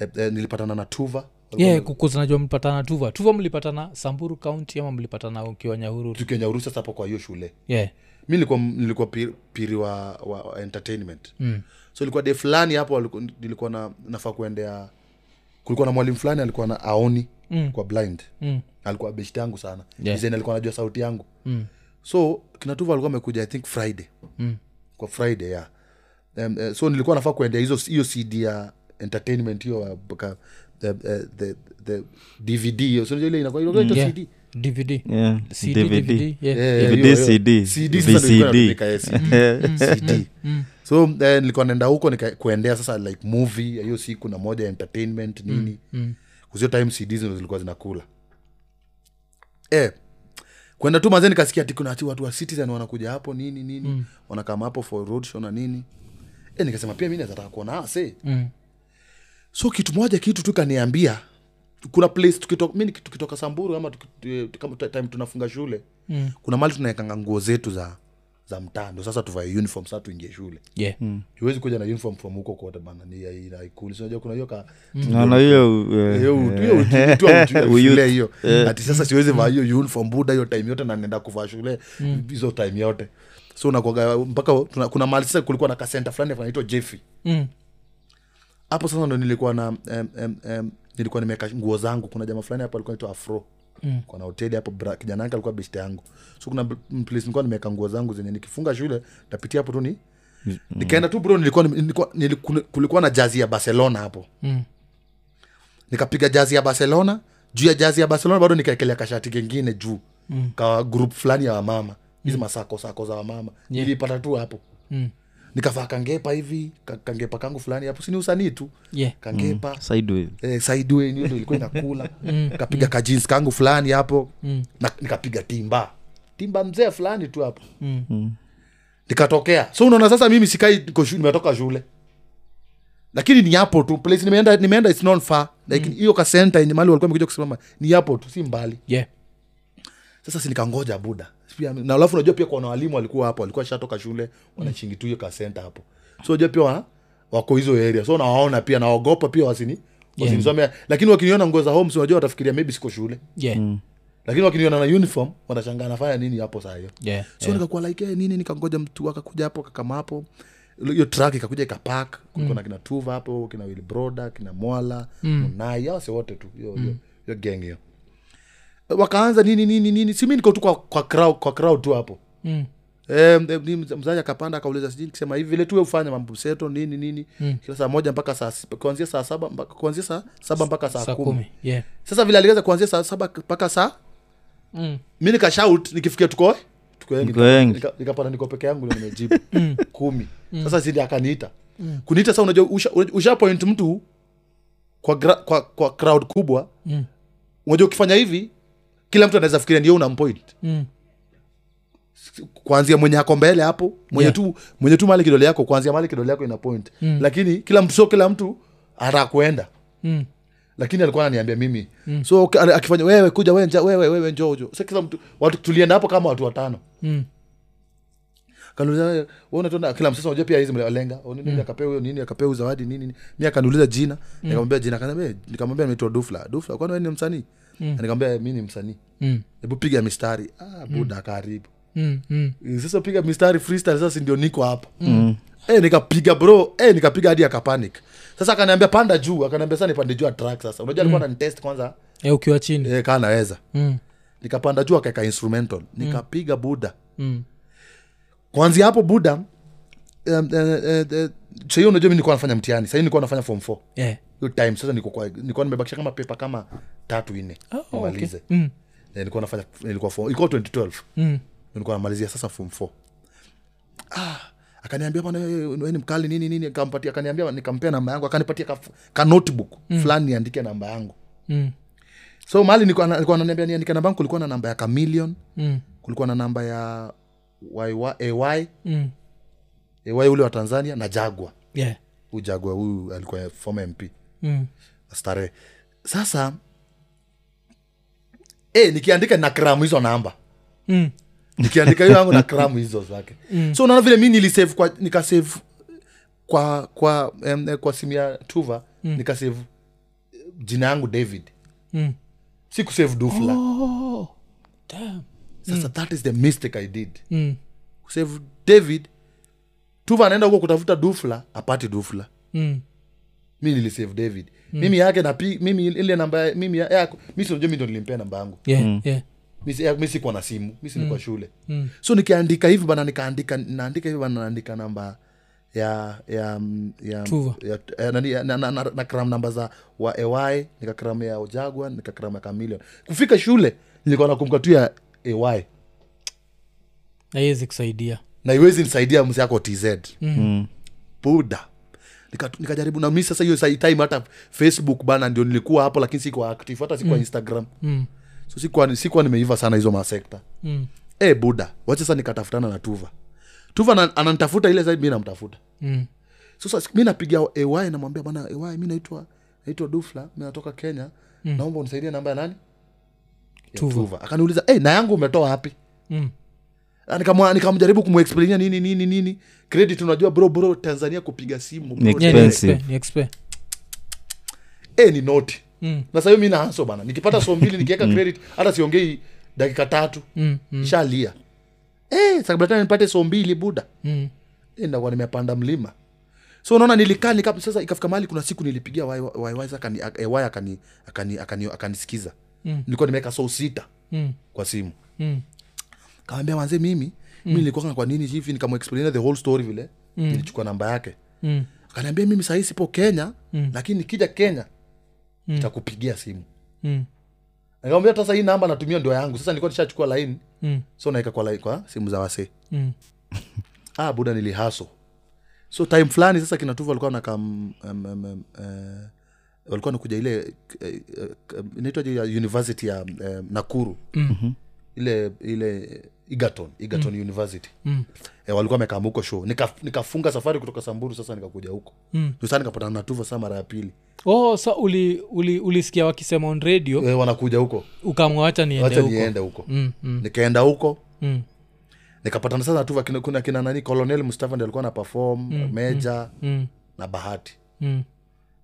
Speaker 2: eh, eh, nilipatana na tuva
Speaker 1: yeah, kukuza najua mlipatana tuva tuva mlipatana samburu kaunti ama mlipatana ukiwa nyahuru
Speaker 2: tukenya urusi sasa hapo kwa hiyo shule
Speaker 1: yeah.
Speaker 2: mi nilikuwa nilikuwa piri, piri wa, wa, wa entertainment mm. so ilikuwa de fulani hapo waliku- nilikuwa na nafaa kuendea kulikuwa na mwalimu fulani alikuwa na aoni mm. kwa blind mm. alikuwa best yangu sana
Speaker 1: Yeah.
Speaker 2: yeah. alikuwa anajua sauti yangu mm. so kinatuva alikuwa amekuja i think friday mm. kwa friday ya um, uh, so nilikuwa nafaa kuendea hizo hiyo cd ya entertainment hiyo ya baka- the, eh, the, the, the dvd hiyo so unajua ile inakuwa inakuwa inaitwa
Speaker 1: yeah.
Speaker 2: cd
Speaker 1: dvd
Speaker 3: Yeah,
Speaker 1: CD,
Speaker 3: DVD.
Speaker 1: DVD, yeah.
Speaker 2: Eh,
Speaker 3: DVD,
Speaker 2: hiyo, hiyo.
Speaker 3: CD,
Speaker 2: CD, sasa nilikuwa
Speaker 3: VCD.
Speaker 2: natumika, eh,
Speaker 1: Mm,
Speaker 2: CD. CD. so eh, nilikuwa naenda huko nika- kuendea sasa like movie ya hiyo siku na moja ya entertainment
Speaker 1: Mm,
Speaker 2: nini kuzio time cd zino zilikuwa zinakula eh, kwenda tu mazee nikasikia ati kuna ati watu wa citizen wanakuja hapo nini nini
Speaker 1: Mm.
Speaker 2: wanakama hapo for road show na nini eh, nikasema pia mi nazataka kuona eh. ase
Speaker 1: Mm.
Speaker 2: so kitu moja kitu tu kaniambia kuna place tukitoka, mi niki- tukitoka samburu ama tuki- eh, kama ta- time tunafunga shule mm. kuna mali tunaekanga nguo zetu za za mtando sasa tuvae uniform sasa tuingie shule
Speaker 1: yeah.
Speaker 2: huwezi kuja na uniform from huko kote bana ni ya- ina ikulu Si unajua kuna hiyo ka
Speaker 3: No, no, hiyo, eh,
Speaker 2: hiyo utu- hiyo utu- utu wa utu- shule hiyo ati sasa siwezi vaa hiyo uniform buda hiyo time yote na nenda kuvaa shule hizo time yote so unakwaga mpaka tuna- kuna mali sasa kulikuwa na kasenta fulani anaitwa jefi
Speaker 1: Mm.
Speaker 2: hapo sasa ndo nilikuwa na em, em, em, nilikuwa nimeweka nguo zangu kuna jamaa fulani hapo alikuwa naitwa afro mm. kwa na hoteli hapo bra- kijana yake alikuwa best yangu so kuna bl- m- place nilikuwa nimeweka nguo zangu zenye nikifunga shule tapitia hapo tu ni Mm. nikaenda tu bro nilikuwa, nime- nilikuwa, nilikuwa, kulikuwa na jazi ya barcelona hapo
Speaker 1: Mm.
Speaker 2: nikapiga jazi ya barcelona juu ya jazi ya barcelona bado nikaekelea kashati kengine juu mm. ka group fulani ya wamama hizi mm. masako sako za wamama yeah. nilipata tu hapo
Speaker 1: Mm.
Speaker 2: nikavaa kangepa hivi ka- kangepa kangu fulani hapo sini usanii tu
Speaker 1: yeah.
Speaker 2: kangepa
Speaker 3: sideway.
Speaker 2: eh, sideways hiyo ndo ilikuwa inakula kapiga kajins kangu fulani hapo na nikapiga timba timba mzee fulani tu hapo nikatokea so unaona sasa mimi sikai niko shu- nimetoka shule lakini ni hapo tu place nimeenda nimeenda it's not far like hiyo ka center yenye mali walikuwa wamekuja kusimama ni hapo tu si mbali
Speaker 1: yeah.
Speaker 3: Mm.
Speaker 2: sasa si nikangoja buda Pia- na alafu unajua pia kuna walimu walikuwa hapo walikuwa shatoka shule wanachingi tu hiyo kasenta hapo so unajua pia wana- wako hizo area so nawaona pia naogopa pia wasini wasinisome lakini wakiniona nguo za homes unajua watafikiria maybe siko shule
Speaker 1: yeah.
Speaker 3: Mm.
Speaker 2: lakini wakiniona na uniform watashangaa nafanya nini hapo saa hiyo
Speaker 1: yeah.
Speaker 2: so nikakuwa like eh, nini nikangoja mtu akakuja hapo kakama hapo hiyo truck ikakuja ikapak kulikuwa na kina tuva hapo kina wilbroda kina mwala unai awase wote tu hiyo hiyo- hiyo geng hiyo wakaanza nini nini nini simi niko tu kwa, kwa, crowd, kwa crowd tu hapo
Speaker 1: Mm.
Speaker 2: Eh, mde- ni mza- mzazi akapanda akauliza sijui nikisema hivi vile tu ufanya mambo seto nini nini kila saa moja mpaka saa si- kuanzia saa saba mpaka- kuanzia saa saba mpaka saa,
Speaker 1: saa
Speaker 2: kumi
Speaker 1: kumi yeah.
Speaker 2: sasa vile aliweza kuanzia saa saba mpaka saa
Speaker 1: Mm.
Speaker 2: mi nikashout nikifikia tuko tuko wengi.
Speaker 3: Tuko wengi.
Speaker 2: Nika- nikapata niko peke yangu ndio nimejibu
Speaker 1: Mm.
Speaker 2: kumi sasa zidi akaniita kuniita sasa unajua usha, usha point mtu kwa, gra, kwa, kwa crowd kubwa
Speaker 1: Mm.
Speaker 2: unajua ukifanya hivi kila mtu anaweza fikiria ndio unampoint
Speaker 1: Mm.
Speaker 2: kuanzia mwenye ako mbele hapo mwenye
Speaker 1: Yeah.
Speaker 2: tu mwenye tu mali kidole yako kuanzia mali kidole yako ina point lakini kila mtu sio kila mtu anataka kuenda
Speaker 1: Mm.
Speaker 2: lakini alikuwa ananiambia mimi mm. so ak- akifanya wewe kuja wewe nja- wewe wewe njoo jo sa kila mtu watu tulienda hapo kama watu watano
Speaker 1: Mm.
Speaker 2: kaniuliza "Wewe unatona kila msasa unajua pia hizi mlenga nini akapea huyo nini akapea huyu zawadi nini nini mi akaniuliza jina nikamwambia jina akaniambia "Eh, nikamwambia nimeitwa dufla dufla kwani wewe ni msanii Na nikamwambia mi ni msanii
Speaker 1: Mm.
Speaker 2: hebu piga mistari ah, buda karibu
Speaker 1: Mm, mm.
Speaker 2: Eh, sasa piga mistari freestyle sasa si ndio niko hapa mm. e, nikapiga bro e, nikapiga hadi akapanic sasa akaniambia panda juu akaniambia sasa nipande juu ya track sasa unajua alikuwa ananitest kwanza
Speaker 1: Eh, ukiwa chini
Speaker 2: e, kaa naweza
Speaker 1: Mm,
Speaker 2: nikapanda juu akaeka instrumental nikapiga buda
Speaker 1: mm.
Speaker 2: kwanzia hapo buda um, uh, uh, uh, sahii unajua mi nilikuwa nafanya mtihani sahii nilikuwa nafanya form four
Speaker 1: Yeah.
Speaker 2: hiyo time sasa niko kwa- nilikuwa nimebakisha kama pepa kama tatu nne
Speaker 1: Oh,
Speaker 2: nimalize
Speaker 1: okay. Mm,
Speaker 2: Eh, nilikuwa nafanya nilikuwa form- ilikuwa 2012
Speaker 1: mm.
Speaker 2: nilikuwa namalizia sasa form 4 ah, akaniambia bana wewe- wewe ni mkali nini nini akampatia akaniambia nikampea namba yangu akanipatia ka, ka notebook mm. fulani niandike namba yangu
Speaker 1: Mm,
Speaker 2: so mali nilikuwa na- alikuwa ananiambia niandike namba yangu kulikuwa na namba ya chameleon
Speaker 1: mm,
Speaker 2: kulikuwa na namba ya YY, ay
Speaker 1: mm.
Speaker 2: ay ule wa tanzania na jagwa
Speaker 1: Yeah.
Speaker 2: huyu jagwa huyu alikuwa former mp
Speaker 1: Mm,
Speaker 2: starehe sasa eh nikiandika na kramu hizo namba
Speaker 1: mm.
Speaker 2: nikiandika hiyo yangu na kramu hizo zake mm. so unaona vile mi nilisave kwa nikasave kwa kwa em, eh, kwa simu ya tuva mm. nikasave eh, jina yangu david
Speaker 1: Mm.
Speaker 2: si kusave dufla oh.
Speaker 1: Oh, damn.
Speaker 2: sasa that is the mistake i did
Speaker 1: Mm,
Speaker 2: kusave david tuva anaenda huko kutafuta dufla apati dufla
Speaker 1: mm.
Speaker 2: mi nilisave david mm. mimi yake napi mimi ile namba ya- mimi ya- yako mi sinajua mi ndo nilimpea namba yangu
Speaker 1: Yeah,
Speaker 3: Mm.
Speaker 1: yeah.
Speaker 2: Mi si- mi sikuwa na simu mi silikuwa mm. shule mm. so nikiandika hivi bana nikaandika naandika hivi bana naandika namba ya ya mm, ya,
Speaker 1: Tuva.
Speaker 2: ya, ya, nani, ya na, na, na, na kram namba za wa ay nikakram ya ojagwa nikakram ya kamilion kufika shule nilikuwa nakumbuka tu ya ay
Speaker 1: haiwezi kusaidia
Speaker 2: na iwezi nisaidia msi yako tz
Speaker 1: Mm.
Speaker 2: buda Nika- nikajaribu na mi sasa hiyo sa- time hata facebook bana ndio nilikuwa hapo lakini sikuwa active hata sikuwa instagram
Speaker 1: Mm,
Speaker 2: so sikuwa, sikuwa nimeiva sana hizo masekta
Speaker 1: mm,
Speaker 2: e buda wacha sasa nikatafutana na tuva tuva ana- ananitafuta ile zaidi mi namtafuta
Speaker 1: mm.
Speaker 2: sasa mi napiga ay namwambia bana ay mi naitwa naitwa dufla mi natoka kenya mm. naomba unisaidie namba ya nani Ya
Speaker 1: Tuva.
Speaker 2: akaniuliza hey, na yangu umetoa wapi
Speaker 1: Mm.
Speaker 2: Ah, nikamwa- nikamjaribu kumwexplainia nini nini nini credit unajua bro bro tanzania kupiga simu bro,
Speaker 3: Ni
Speaker 1: Yeah,
Speaker 2: ni,
Speaker 1: ni
Speaker 3: Expensive.
Speaker 1: expe- ni expe.
Speaker 2: eh, ni noti
Speaker 1: Mm.
Speaker 2: na sahiyo mi naanso bana nikipata so mbili nikiweka
Speaker 3: Mm.
Speaker 2: credit hata siongei dakika tatu
Speaker 1: Mm, mm,
Speaker 2: shalia eh, sabatana nipate so mbili buda
Speaker 1: mm.
Speaker 2: nakuwa nimepanda mlima so unaona nilikaa nika, sasa ikafika mahali kuna siku nilipigia waiwaiza akani, ak- eh, wai akani, akani, akani, akanisikiza
Speaker 1: Mm.
Speaker 2: nilikuwa nimeweka sou sita
Speaker 1: Mm,
Speaker 2: kwa simu
Speaker 1: mm,
Speaker 2: kawambia wanze mimi mi nilikuwa kwa nini hivi nikamexplainia the whole story vile nilichukua namba yake
Speaker 1: mm,
Speaker 2: akaniambia mimi sahii sipo kenya lakini nikija kenya nitakupigia simu
Speaker 1: mm,
Speaker 2: nikamwambia sasa hii namba natumia ndio yangu sasa nilikuwa nishachukua laini
Speaker 1: mm,
Speaker 2: so naeka kwa, laini- kwa simu za wasee
Speaker 1: mm.
Speaker 2: ah, buda nilihaso so time fulani sasa kinatuva walikuwa na kam um, um, um, uh, walikuwa nakuja ile eh, eh, inaitwaje ya university ya um, nakuru mm-hmm. ile ile egerton egerton university
Speaker 1: Mm. Mm.
Speaker 2: eh, walikuwa wamekam huko show Nika- nikafunga safari kutoka samburu sasa nikakuja huko
Speaker 1: Mm.
Speaker 2: Ndio sasa nikapatana na tuva saa mara ya pili
Speaker 1: oh sa ulisikia uli, ulisikia wakisema on radio
Speaker 2: eh, wanakuja huko
Speaker 1: ukamwacha niende
Speaker 2: wacha
Speaker 1: huko
Speaker 2: niende huko
Speaker 1: Mm, mm,
Speaker 2: nikaenda huko
Speaker 1: mm,
Speaker 2: nikapatana sasa na tuva kina, kuna kina nani colonel mustafa ndi alikuwa na perform meja
Speaker 1: mm,
Speaker 2: na bahati
Speaker 1: mm,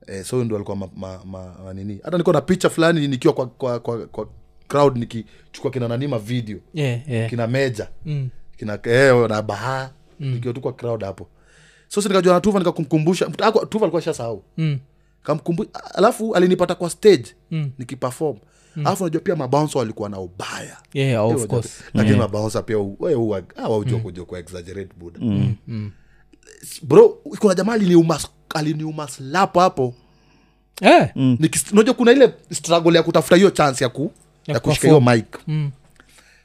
Speaker 2: eh, so ndo alikuwa ma, ma, ma, ma, nini hata niko na picha fulani nikiwa kwa, kwa, kwa, kwa crowd nikichukua kina nanima video
Speaker 1: yeah, yeah.
Speaker 2: kina meja
Speaker 1: Mm,
Speaker 2: kina eh, na bahaa mm. nikiwa tu kwa crowd hapo so si nikajua na tuva nikakumkumbusha Mtu- hakuwa- tuva alikuwa shasahau
Speaker 1: mm,
Speaker 2: kamkumbusha alafu alinipata kwa stage
Speaker 1: Mm.
Speaker 2: nikiperform alafu najua pia mabaunsa walikuwa na ubaya
Speaker 1: yeah, of
Speaker 2: Eh,
Speaker 1: course. Mm.
Speaker 2: lakini mabaunsa pia waujua kuja kwa exaggerate buda
Speaker 1: Mm.
Speaker 2: bro kuna jamaa aliniumas- aliniumaslap hapo
Speaker 1: Eh,
Speaker 3: Mm.
Speaker 2: Nikis- unajua kuna ile struggle ya kutafuta hiyo chance ya, ku, ya,
Speaker 1: Ya
Speaker 2: kushika hiyo mic
Speaker 1: Mm.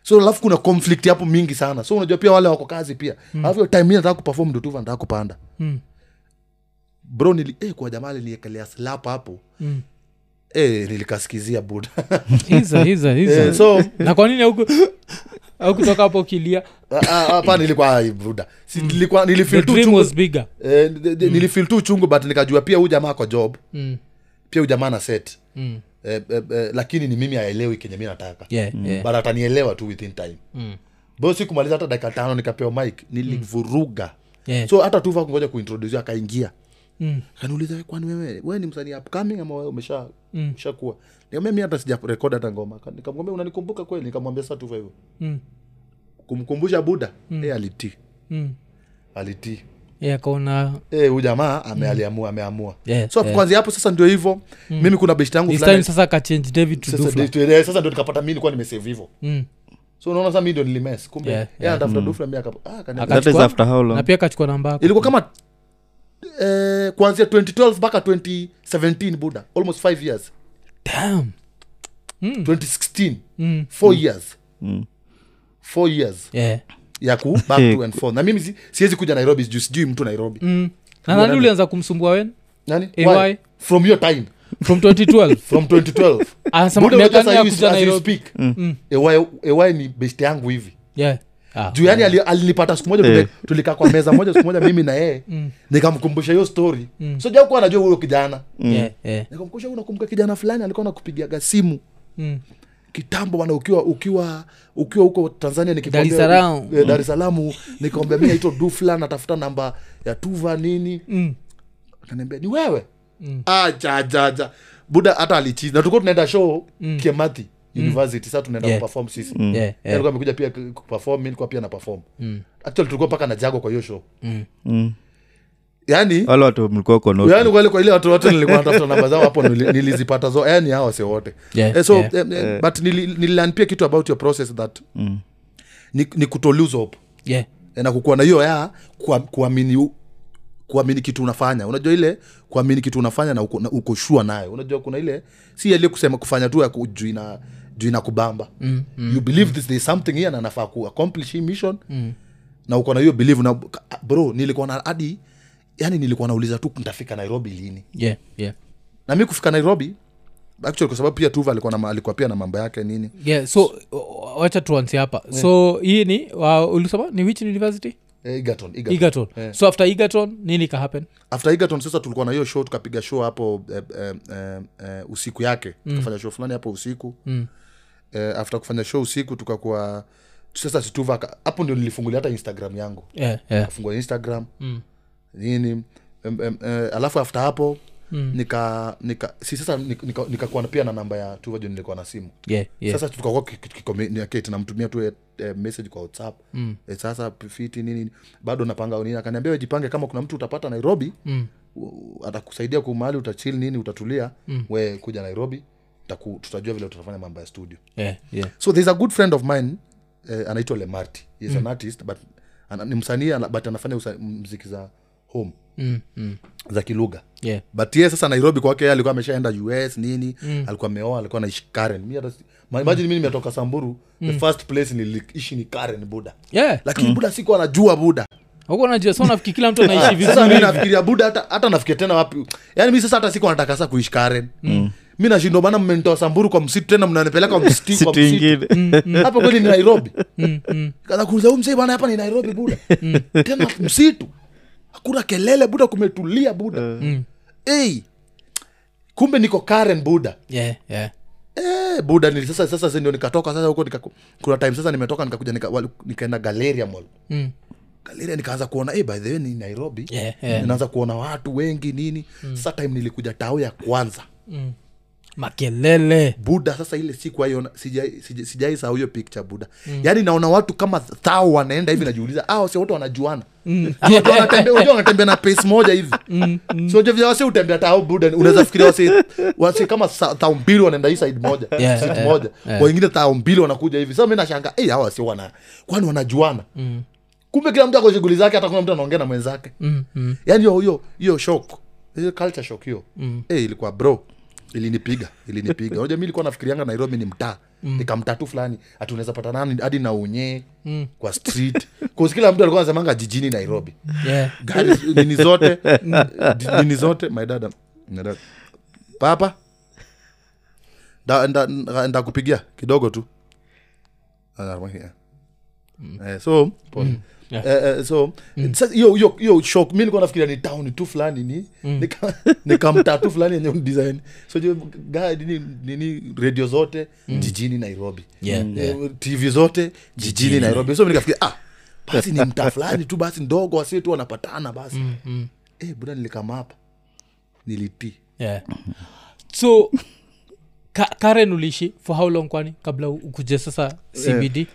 Speaker 2: so alafu kuna conflict hapo mingi sana so unajua pia wale wako kazi pia alafu hiyo time mi nataka kuperform ndio tu nataka kupanda
Speaker 1: Mm.
Speaker 2: bro nili eh, kwa jamaa aliniekelea slap hapo
Speaker 1: Mm.
Speaker 2: eh, nilikasikizia buda
Speaker 1: Hizo, hizo, hizo.
Speaker 2: eh, so
Speaker 1: na kwa nini hauku haukutoka hapo kilia
Speaker 2: ah, ah, hapa nilikuwa ai, buda si, nilikuwa
Speaker 1: Mm. the
Speaker 2: nilifeel tu
Speaker 1: dream
Speaker 2: chungu
Speaker 1: was bigger
Speaker 2: eh, de- de- nilifeel tu chungu but nikajua pia huyu jamaa ako job
Speaker 1: mm,
Speaker 2: pia huyu jamaa na set
Speaker 1: mm,
Speaker 2: eh, eh, eh, lakini ni mimi aelewi kenye mi nataka
Speaker 1: yeah, yeah.
Speaker 2: but atanielewa tu within time
Speaker 1: Mm.
Speaker 2: bo si kumaliza hata dakika tano nikapewa mike nilivuruga
Speaker 1: Yeah.
Speaker 2: so hata tuva kungoja kuintrodusi akaingia kaniuliza "We, kwani wewe we ni msanii upcoming ama wewe umesha
Speaker 1: Mm.
Speaker 2: umeshakuwa nikamwambia mi hata sija record hata ngoma Aka- nikamwambia unanikumbuka kweli nikamwambia saa tuva hivyo
Speaker 1: Mm.
Speaker 2: kumkumbusha buda mm. e alitii
Speaker 1: Mm.
Speaker 2: alitii
Speaker 1: Yeah, akaona
Speaker 2: Eh, huyu jamaa ame- aliamua ameamua
Speaker 1: Mm. Yeah,
Speaker 2: so
Speaker 1: yeah.
Speaker 2: kwanzia hapo sasa ndio hivyo mimi kuna beshti yangu
Speaker 1: this
Speaker 2: fulani-
Speaker 1: time sasa akachange david to
Speaker 2: sasa
Speaker 1: dufla
Speaker 2: ndio- eh, sasa ndio nikapata mi nilikuwa nimesave hivyo
Speaker 1: mm.
Speaker 2: so unaona sasa mi ndio nilimes kumbe
Speaker 1: Yeah,
Speaker 2: yeah,
Speaker 1: yeah. Mm.
Speaker 2: anatafuta dufla mi akap- ah, kani-
Speaker 1: Aka-
Speaker 3: that is
Speaker 1: Akachukua-
Speaker 3: after how long
Speaker 1: na pia akachukua namba yako
Speaker 2: ilikuwa kama eh, kuanzia 2012 mpaka 2017 buda almost 5 years
Speaker 1: Damn. Mm.
Speaker 2: 2016 4 years
Speaker 3: Mm.
Speaker 2: 4 years
Speaker 1: yeah.
Speaker 2: ya ku back to and forth na mimi si- siwezi kuja nairobi sijui sijui mtu nairobi
Speaker 1: mm. na nani ulianza kumsumbua wen
Speaker 2: nani
Speaker 1: Eh,
Speaker 2: Why?
Speaker 1: why?
Speaker 2: from your time
Speaker 1: from 2012
Speaker 2: from 2012
Speaker 1: anasema
Speaker 2: Buda, unajua
Speaker 1: miaka nne ya kuja
Speaker 2: sasa you- as you
Speaker 1: nairobi Mm.
Speaker 2: speak AY AY ni best yangu hivi
Speaker 1: yeah. ah.
Speaker 2: juu yani ali- alinipata siku moja
Speaker 3: Eh.
Speaker 2: tule- tulikaa kwa meza moja siku moja mimi na yeye
Speaker 1: Mm.
Speaker 2: nikamkumbusha hiyo story so jakuwa anajua huyo kijana
Speaker 1: yeah, yeah.
Speaker 2: nikamkumbusha "Huyu unakumbuka kijana fulani alikuwa nakupigiaga simu
Speaker 1: Mm.
Speaker 2: kitambo bana ukiwa ukiwa ukiwa huko tanzania nikikwambia-
Speaker 1: Dar es Salaam. Hmm.
Speaker 2: Eh, dar es salamu nikamwambia mi naitwa dufla natafuta namba ya tuva nini
Speaker 1: Mm.
Speaker 2: akaniambia ni wewe
Speaker 1: Hmm.
Speaker 2: Ah, cha, cha, cha. buda hata alichizi na tulikuwa tunaenda show kiemathi university saa tunaenda
Speaker 1: Hmm. Yeah. Hmm.
Speaker 2: kuperform sisi
Speaker 1: Yeah, Hmm.
Speaker 2: Yeye alikuwa amekuja pia ku- kuperform mi nilikuwa pia na perform actually tulikuwa mpaka na jago kwa hiyo show Yaani,
Speaker 3: Mm.
Speaker 2: yani
Speaker 3: wale watu mlikuwa kono
Speaker 1: Yaani,
Speaker 2: yani Yaani kweli kwa ile watu wote nilikuwa natafuta namba zao hapo nili- nilizipata zo yani hao wase wote
Speaker 1: Yeah,
Speaker 2: Eh, so
Speaker 1: yeah.
Speaker 2: eh, eh, but nili- nililearn pia kitu about your process that
Speaker 1: Mm.
Speaker 2: ni, ni kuto lose hope
Speaker 1: yeah.
Speaker 2: Eh, na kukuwa na hiyo ya kuwa- kuamini u- kuamini kitu unafanya unajua ile kuamini kitu unafanya na uko, na uko shua nayo unajua kuna ile si ile kusema kufanya tu ya ku- juu ina juu inakubamba mm, mm, you believe this there is something here na nafaa ku accomplish hii mission mm. na uko na hiyo believe na bro nilikuwa na hadi yani nilikuwa nauliza tu nitafika nairobi lini
Speaker 1: yeah. yeah.
Speaker 2: na mi kufika nairobi actually kwa sababu pia tuva alikuwa, na, ma- alikuwa pia na mambo yake nini
Speaker 1: yeah so o- wacha tuanzie hapa so hii ni uh, ulisema ni which university
Speaker 2: eh, egerton, egerton.
Speaker 1: egerton so after egerton nini kahappen
Speaker 2: after egerton sasa tulikuwa na hiyo show tukapiga show hapo eh, eh, eh, eh, usiku yake tukafanya show fulani hapo usiku mm. eh, after kufanya show usiku tukakuwa sasa situva aka- hapo ndio nilifungulia hata instagram yangu
Speaker 1: yeah, yeah.
Speaker 2: kufungua instagram mm. nini em, em, eh, alafu after hapo mm. nika, nika si sasa nik- nika- nikakuwa pia na namba ya tuva juu nilikuwa na simu
Speaker 1: Yeah, yeah.
Speaker 2: sasa tukakuwa ki- ki- communicate, namtumia tu eh, eh, message kwa whatsapp mm. eh, sasa fiti nini bado napanga nini akaniambia "Wewe jipange kama kuna mtu utapata nairobi mm. atakusaidia ku mahali utachil nini utatulia mm. we kuja nairobi taku, tutajua vile tutafanya mambo ya studio
Speaker 1: yeah, yeah.
Speaker 2: so there's a good friend of mine eh, anaitwa lemarti he is an artist but ana, ni msanii ana- but anafanya usa- mziki za home
Speaker 1: Mm, mm.
Speaker 2: za kilugha
Speaker 1: yeah.
Speaker 2: but ye sasa nairobi kwake yeye alikuwa ameshaenda us nini mm. alikuwa ameoa alikuwa naishi karen mi hata si- ma- imagine mi nimetoka samburu the first place niliishi ni karen buda
Speaker 1: yeah.
Speaker 2: lakini buda sikuwa najua buda Ah,
Speaker 1: huko najua so nafikiri kila mtu anaishi
Speaker 2: sasa mi
Speaker 1: vizuri
Speaker 2: nafikiria buda hata, hata nafikiria tena wapi yani mi sasa hata siku nataka sasa kuishi karen mm. mi nashindwa bana mmenitoa samburu kwa msitu tena mnanipeleka kwa msitu kwa
Speaker 3: situ
Speaker 2: msitu
Speaker 3: ingine
Speaker 1: Mm, Mm-hmm.
Speaker 2: hapa kweli ni nairobi kaza kuuliza huyu mzee bana hapa ni nairobi buda
Speaker 1: Mm-hmm.
Speaker 2: tena msitu hakuna kelele buda kumetulia buda
Speaker 1: Mm.
Speaker 2: Ei, kumbe niko karen buda
Speaker 1: yeah, yeah.
Speaker 2: Eh, buda ni sasa sasa si ndio nikatoka sasa huko nika, kuna time sasa nimetoka nikakuja nika, wali- nikaenda galeria mall
Speaker 1: Mm.
Speaker 2: galeria nikaanza kuona eh, by the way ni nairobi
Speaker 1: Yeah, yeah. Mm.
Speaker 2: naanza kuona watu wengi nini sasa time nilikuja tao ya kwanza
Speaker 1: makelele
Speaker 2: buda sasa ile siku aiona sijai sija- sijai sahau hiyo picture buda
Speaker 1: Mm.
Speaker 2: yaani naona watu kama thao wanaenda hivi najiuliza ah wase wote wanajuana
Speaker 1: Mm.
Speaker 2: Juu watu wanatembea unajua wanatembea na pace moja hivi so je vya wase utembea tao buda unaweza fikiria wase wase kama sa- thao mbili wanaenda hii side moja
Speaker 1: Yeah,
Speaker 2: side
Speaker 1: yeah,
Speaker 2: moja wengine thao mbili wanakuja hivi sasa mimi nashangaa eh hawa wase wana kwani wanajuana
Speaker 1: Mm.
Speaker 2: kumbe kila mtu ako shughuli zake hata kuna mtu anaongea na mwenzake yaani hiyo hiyo hiyo shock hiyo culture shock hiyo eh, ilikuwa bro ilinipiga ilinipiga unajua mi ilikuwa nafikirianga nairobi ni mtaa nikamtaa tu fulani ati unaweza pata nani hadi na unyee kwa street Cause kila mtu alikuwa anasemanga jijini nairobi
Speaker 1: yeah.
Speaker 2: gari nini zote nini zote my dada my dada. papa ndakupigia kidogo tu Ah, Eh, so pole.
Speaker 1: Mm. yeah. Mm.
Speaker 2: Eh, eh, so sasa hiyo hiyo hiyo shock mi nilikuwa nafikiria ni town tu fulani ni
Speaker 1: Mm.
Speaker 2: nika- nikamtaa tu fulani yenye design so je, guide ni nini radio zote jijini nairobi
Speaker 1: Mm. Yeah,
Speaker 2: Mm.
Speaker 1: yeah.
Speaker 2: Eh, tv zote jijini nairobi so mi nikafikiria ah basi ni mtaa fulani tu basi ndogo wasi tu wanapatana basi
Speaker 1: Mm,
Speaker 2: eh, buda nilikama hapa nilitii
Speaker 1: yeah. so ka, karen uliishi for how long kwani kabla ukuje sasa cbd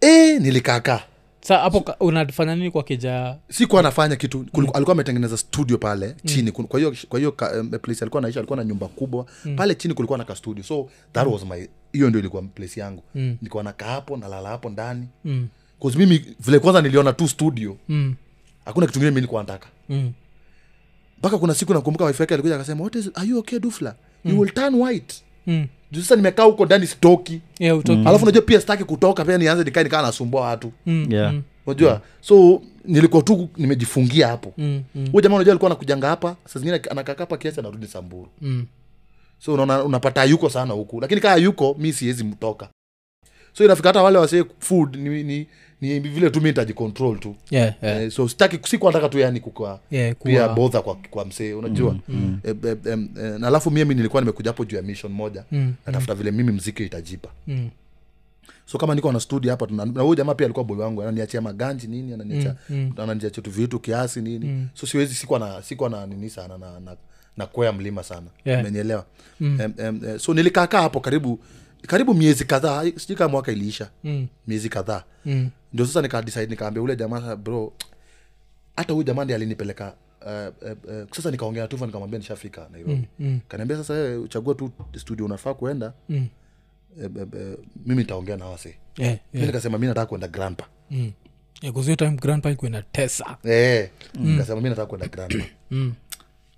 Speaker 2: eh, nilikaakaa
Speaker 1: sa hapo ka- unafanya nini kwa keja
Speaker 2: sikuwa anafanya kitu Kuliku, alikuwa ametengeneza studio pale chini Kun- kwa hiyo kwa hiyo ka- em, place alikuwa anaishi alikuwa na nyumba kubwa pale chini kulikuwa na kastudio so that was my hiyo ndio ilikuwa place yangu mm. nilikuwa nakaa hapo nalala hapo ndani mm. mimi vile kwanza niliona tu studio
Speaker 1: mm,
Speaker 2: hakuna kitu ngine mi nilikuwa nataka
Speaker 1: mm,
Speaker 2: mpaka kuna siku nakumbuka wife yake alikuja akasema what is, are you okay dufla you will turn white
Speaker 1: mm.
Speaker 2: juu sasa nimekaa huko ndani stoki
Speaker 1: yeah, utoki-
Speaker 2: alafu najua pia sitaki kutoka pia nianze nikae nikawa nasumbua watu
Speaker 1: mm,
Speaker 3: yeah.
Speaker 2: unajua so nilikuwa tu nimejifungia hapo
Speaker 1: mm, mm,
Speaker 2: huyu jamaa unajua alikuwa anakujanga hapa saa zingine anakaa hapa kiasi anarudi samburu
Speaker 1: mm.
Speaker 2: so unaona unapata yuko sana huku lakini kaa yuko mi siwezi mtoka so inafika hata wale wasee food ni, ni, ni vile tu mi nitajicontrol tu
Speaker 1: yeah, yeah.
Speaker 2: eh, so sitaki sikuwa nataka tu yani kukaa
Speaker 1: yeah,
Speaker 2: pia
Speaker 1: kuwa,
Speaker 2: bodha kwa, kwa msee unajua mm, mm. E, e, e, na alafu mimi nilikuwa nimekuja hapo juu ya mission moja
Speaker 1: Mm,
Speaker 2: natafuta vile mimi mziki itajipa
Speaker 1: mm,
Speaker 2: so kama niko na studio hapa tuna na huyu jamaa pia alikuwa boy wangu ananiachia maganji nini ananiachia mm, ananiachia tu vitu kiasi nini mm. so siwezi sikuwa na sikuwa na nini sana na, na, na kwea mlima sana
Speaker 1: Yeah. Mm.
Speaker 2: umenielewa Em, em, eh, so nilikaakaa hapo karibu karibu miezi kadhaa sijui kama mwaka iliisha
Speaker 1: Mm.
Speaker 2: miezi kadhaa
Speaker 1: mm,
Speaker 2: ndio sasa nikadecide nikaambia ule jamaa "Sasa bro hata huyu jamaa ndiye alinipeleka uh, uh, uh, sasa nikaongea tu hivyo, nikamwambia nishafika nairobi
Speaker 1: mm,
Speaker 2: kaniambia sasa wewe chagua tu studio unafaa kuenda
Speaker 1: mm.
Speaker 2: e, e, e, mimi nitaongea na wase
Speaker 1: yeah,
Speaker 2: mi
Speaker 1: yeah.
Speaker 2: nikasema mi nataka kwenda grandpa
Speaker 1: mm. yeah, 'cause hiyo time grandpa ikuwa na tesa
Speaker 2: Eh, nikasema mi nataka kwenda grandpa
Speaker 1: Mm.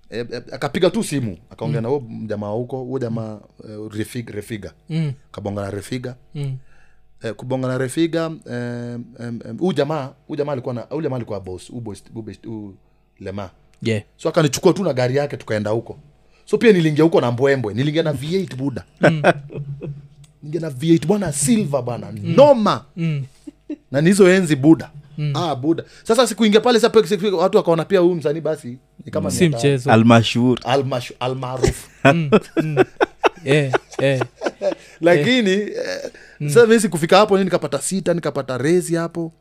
Speaker 2: Eh, eh, akapiga tu simu akaongea na huo jamaa huko huo jamaa eh, Refig- refiga
Speaker 1: Mm,
Speaker 2: kabonga na refiga
Speaker 1: mm,
Speaker 2: eh, kubonga na refiga eh, em, em, huyu jamaa huyu jamaa alikuwa na huyu jamaa alikuwa boss huyu boss- huyu best- huyu lema
Speaker 1: yeah.
Speaker 2: so akanichukua tu na gari yake tukaenda huko so pia niliingia huko na mbwembwe niliingia na v8 buda
Speaker 1: Mm.
Speaker 2: ingia na v8 bwana silver bwana noma
Speaker 1: Mm,
Speaker 2: na nizo enzi buda ah, buda sasa sikuingia pale sa pe- siku- watu wakaona pia huyu msanii basi ni kama
Speaker 1: Mm. si
Speaker 2: ni ata-
Speaker 1: mchezo
Speaker 3: almashur
Speaker 2: almashu- almaarufu
Speaker 1: yeah, yeah.
Speaker 2: lakini eh,
Speaker 1: Mm.
Speaker 2: sasa mi sikufika hapo ni nikapata sita nikapata rezi hapo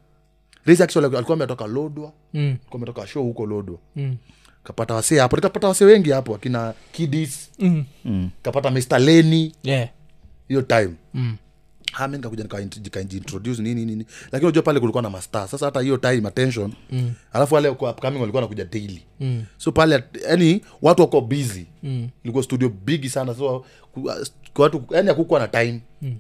Speaker 2: rezi actually alikuwa ametoka lodwa
Speaker 1: Mm,
Speaker 2: alikuwa ametoka show huko lodwa
Speaker 1: mm,
Speaker 2: kapata wasee hapo nikapata wasee wengi hapo akina kidis
Speaker 1: mm,
Speaker 2: kapata mr leni
Speaker 1: yeah.
Speaker 2: hiyo time
Speaker 1: Mm.
Speaker 2: hami Ah, nikakuja nika- nikajiintroduce nini nini lakini unajua pale kulikuwa na mastaa sasa hata hiyo time attention mm. alafu wale wako upcoming walikuwa nakuja daily mm. so pale yani watu wako busy mm. ilikuwa studio bigi sana so ku- kwa watu yani hakukuwa na time mm.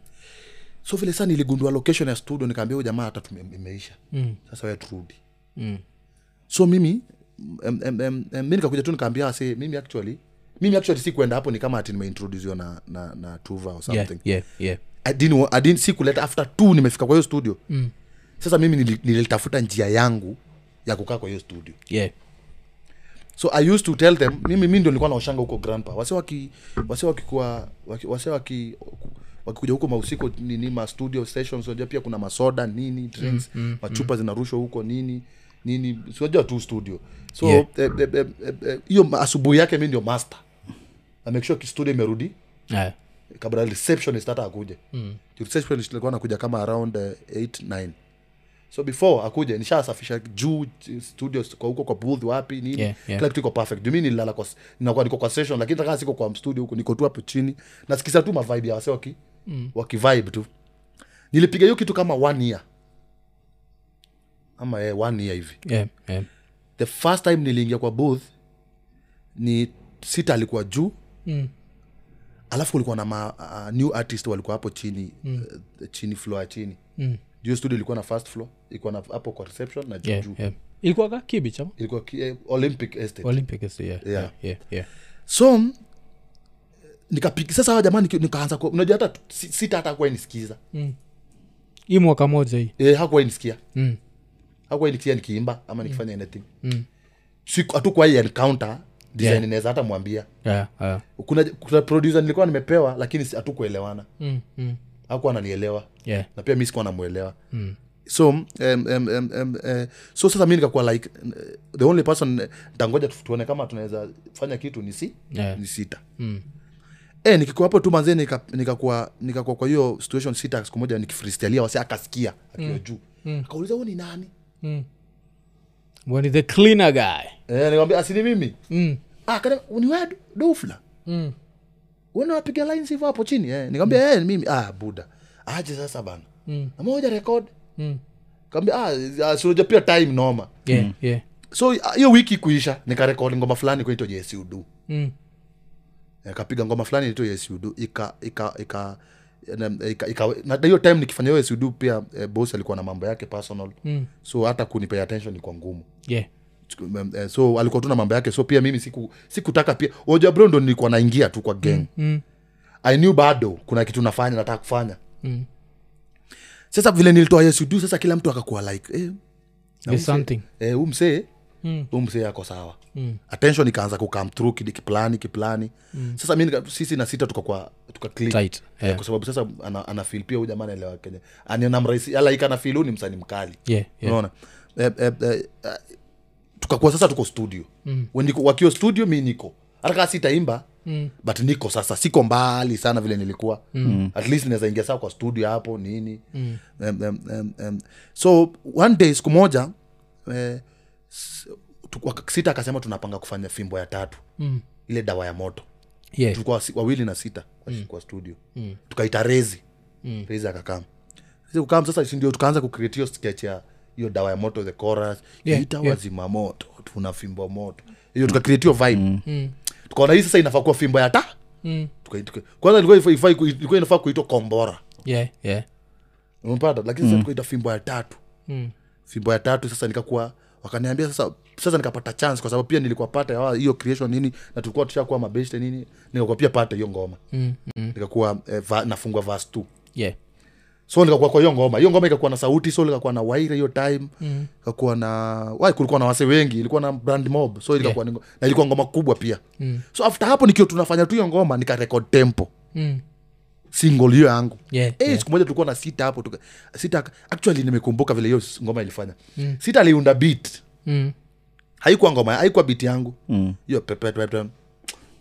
Speaker 2: so vile saa niligundua location ya studio nikaambia huyu jamaa hata tume- imeisha mm. sasa we turudi
Speaker 1: Mm.
Speaker 2: so mimi em, em, em, em, mi nikakuja tu nikaambia wase mimi actually mimi actually si kwenda hapo ni kama ati nimeintrodusiwa na, na, na tuva or something
Speaker 1: Yeah, yeah, yeah.
Speaker 2: I didn't wa- I didn't- si kuleta after t nimefika kwa hiyo studio mm. sasa mimi nili- nilitafuta njia yangu ya kukaa kwa hiyo studio
Speaker 1: Yeah.
Speaker 2: so i used to tell them mimi mi ndio nilikuwa naoshanga huko grandpa wase waki wase wakikuwa waki, wase waki wakikuja huko mausiko nini ma studio sessions unajua pia kuna masoda nini drinks mm, machupa zinarushwa huko nini nini siwajua tu studio so
Speaker 1: Yeah.
Speaker 2: hiyo eh, eh, eh, eh, hiyo asubuhi yake mi ndio master na make sure ki- studio imerudi
Speaker 1: Yeah.
Speaker 2: kabla receptionist hata akuje mm. receptionist alikuwa anakuja kama around uh, 8 9 so before akuje nishasafisha juu ch- studio kwa huko kwa booth wapi nini
Speaker 1: Yeah, yeah.
Speaker 2: kila kitu iko perfect jumi nilala kwa s- ninakuwa niko kwa session lakini takaa siko kwa studio huko niko tu hapo chini nasikisa tu mavibe ya wase waki mm. wakivibe tu nilipiga hiyo kitu kama one year ama eh, one year hivi
Speaker 1: Yeah. Yeah.
Speaker 2: the first time niliingia kwa booth ni sita alikuwa juu
Speaker 1: Mm.
Speaker 2: alafu kulikuwa na ma, uh, new artist walikuwa hapo chini mm. uh, chini floor ya chini
Speaker 1: Mm.
Speaker 2: juu studio ilikuwa na first floor ilikuwa na hapo kwa reception na juu
Speaker 1: Yeah.
Speaker 2: juu
Speaker 1: Yeah. ilikuwa ka kibi chama
Speaker 2: ilikuwa ki, eh, olympic estate
Speaker 1: olympic is- yeah.
Speaker 2: Yeah.
Speaker 1: Yeah. Yeah. Yeah.
Speaker 2: so mm, nikapiga sasa hawa jamani nikaanza ku- unajua hata si- sita hata hakuwa inisikiza
Speaker 1: hii mwaka moja hii
Speaker 2: eh, hakuwa inisikia
Speaker 1: Mm.
Speaker 2: hakuwa inisikia nikiimba ama nikifanya anything Siku- hatukuwa hii encounter design
Speaker 1: Yeah.
Speaker 2: inaweza hata mwambia
Speaker 1: yeah. yeah.
Speaker 2: kuna, kuna producer nilikuwa nimepewa lakini si- hatukuelewana
Speaker 1: mm. Mm.
Speaker 2: hakuwa ananielewa
Speaker 1: yeah.
Speaker 2: na pia mi sikuwa namuelewa mm. so um, um, um, um, eh, so sasa mi nikakuwa like eh, the only person eh, ntangoja tu- tuone kama tunaweza fanya kitu ni, si,
Speaker 1: Yeah. Mm.
Speaker 2: ni sita eh, nikikuwa hapo tu manzee nikakuwa nikakuwa kwa hiyo situation sita siku moja nikifristalia wasi akasikia
Speaker 1: Mm.
Speaker 2: akiwa juu akauliza huo ni nani
Speaker 1: when the cleaner guy
Speaker 2: eh, nikamwambia asini mimi
Speaker 1: mm.
Speaker 2: ah, kana, ni wewe du- dofla
Speaker 1: Mm.
Speaker 2: uone wapiga lines hivyo hapo chini eh. nikamwambia eh, mimi ah, buda aje sasa bana mm. namoja rekod
Speaker 1: Mm.
Speaker 2: kaambia ah, ah, si unajua pia time noma
Speaker 1: yeah, yeah.
Speaker 2: so ah, hiyo wiki kuisha nikarekodi ngoma fulani kuitwa jesudu
Speaker 1: Mm.
Speaker 2: Eh, nikapiga ngoma fulani inaitwa yesudu ika ika ika na- ika- ika- na na hiyo time nikifanya hiyo yesudu pia eh, boss alikuwa na mambo yake personal mm. so hata kunipea attention ilikuwa ngumu
Speaker 1: yeah.
Speaker 2: Mm, eh, so alikuwa tu na mambo yake so pia mimi siku sikutaka pia ojabro ndo nilikuwa naingia tu kwa gang
Speaker 1: Mm.
Speaker 2: i knew bado kuna kitu nafanya nataka kufanya
Speaker 1: Mm.
Speaker 2: sasa vile nilitoa yesudu sasa kila mtu akakuwa like eh,
Speaker 1: There's something
Speaker 2: eh, huu msee
Speaker 1: Mm.
Speaker 2: huu msee ako sawa attention ikaanza kukam through kidi- kiplani kiplani sasa mi nika- sisi na sita tukakuwa tuka click.
Speaker 1: Mm. Tight,
Speaker 2: Eh,
Speaker 1: yeah.
Speaker 2: kwa sababu sasa ana, ana feel pia huyu jamaa anaelewa kenya anamrahisi alaika ana feel huu ni msani mkali
Speaker 1: yeah, yeah.
Speaker 2: unaona eh, eh, eh, eh, tukakuwa sasa tuko studio mm. wakiwa studio mi niko hata kaa sitaimba mm. but niko sasa siko mbali sana vile nilikuwa mm. at least naweza ingia saa kwa studio hapo nini mm. um, um, um, um. so one day siku moja eh, s- tu- wak- sita akasema tunapanga kufanya fimbo ya tatu mm. ile dawa ya moto
Speaker 1: yeah.
Speaker 2: tulikuwa wasi- wawili na sita kwa, mm. kwa studio mm. tukaita rezi mm. rezi akakam rezi kukam sasa si ndio tukaanza kucreate hiyo sketch ya hiyo dawa ya moto the chorus
Speaker 1: Yeah,
Speaker 2: yeah, ita
Speaker 1: yeah.
Speaker 2: wazima moto tuna fimbo moto hiyo tukacreate hiyo vibe mm. tukaona hii sasa inafaa kuwa fimbo ya ta
Speaker 1: Mm.
Speaker 2: Tukai- tuka- kwanza ilikuwa ifai- ifai ku- ilikuwa inafaa kuitwa kombora
Speaker 1: yeah. yeah.
Speaker 2: umepata lakini sasa tukaita fimbo ya tatu
Speaker 1: Mm.
Speaker 2: fimbo ya tatu sasa nikakuwa wakaniambia sasa sasa nikapata chance kwa sababu pia nilikuwa pata ya hiyo creation nini na tulikuwa tushakuwa mabeshte nini nikakuwa pia pata hiyo ngoma
Speaker 1: Mm.
Speaker 2: nikakuwa eh, va, nafungwa vas t
Speaker 1: yeah.
Speaker 2: so nikakuwa kwa hiyo ngoma hiyo ngoma ikakuwa na sauti so nikakuwa na waira hiyo time mm. ikakuwa na wai kulikuwa na wase wengi ilikuwa na brand mob so ilikuwa yeah. na ilikuwa ngoma kubwa pia mm. so after hapo nikiwa tunafanya tu hiyo ngoma nikarekod tempo
Speaker 1: Mm.
Speaker 2: single hiyo yangu
Speaker 1: Yeah,
Speaker 2: Eh, siku moja tulikuwa na sita hapo tuka, sita ak- actually nimekumbuka vile hiyo s- ngoma ilifanya mm. sita aliunda beat
Speaker 1: Mm.
Speaker 2: haikuwa ngoma haikuwa beat yangu hiyo pepepepe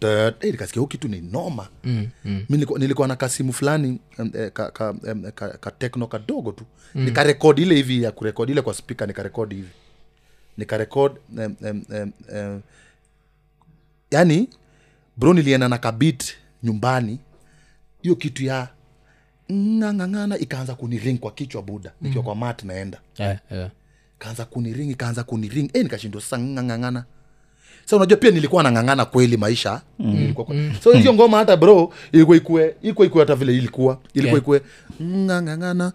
Speaker 2: Eh, nikasikia huu kitu ni noma mm, mm. nilikuwa, nilikuwa na kasimu fulani em, eh, ka, ka, em, eh, ka, ka tekno kadogo tu mm. nikarekodi ile hivi ya kurekodi ile kwa spika nikarekodi hivi nikarekod em, em, em, em, yani bro nilienda na kabit nyumbani hiyo kitu ya ngangangana ikaanza kuniring kwa kichwa buda nikiwa kwa mat naenda
Speaker 1: Yeah, yeah.
Speaker 2: kaanza kuniring ikaanza kuniring e, nikashindwa sasa ngangangana sa unajua pia nilikuwa nangangana kweli maisha
Speaker 1: Mm.
Speaker 2: Nilikuwa kwa... so hiyo ngoma hata bro ilikuwa ikue ilikuwa ikue hata vile ilikuwa ilikuwa
Speaker 1: Yeah.
Speaker 2: ikue ngangangana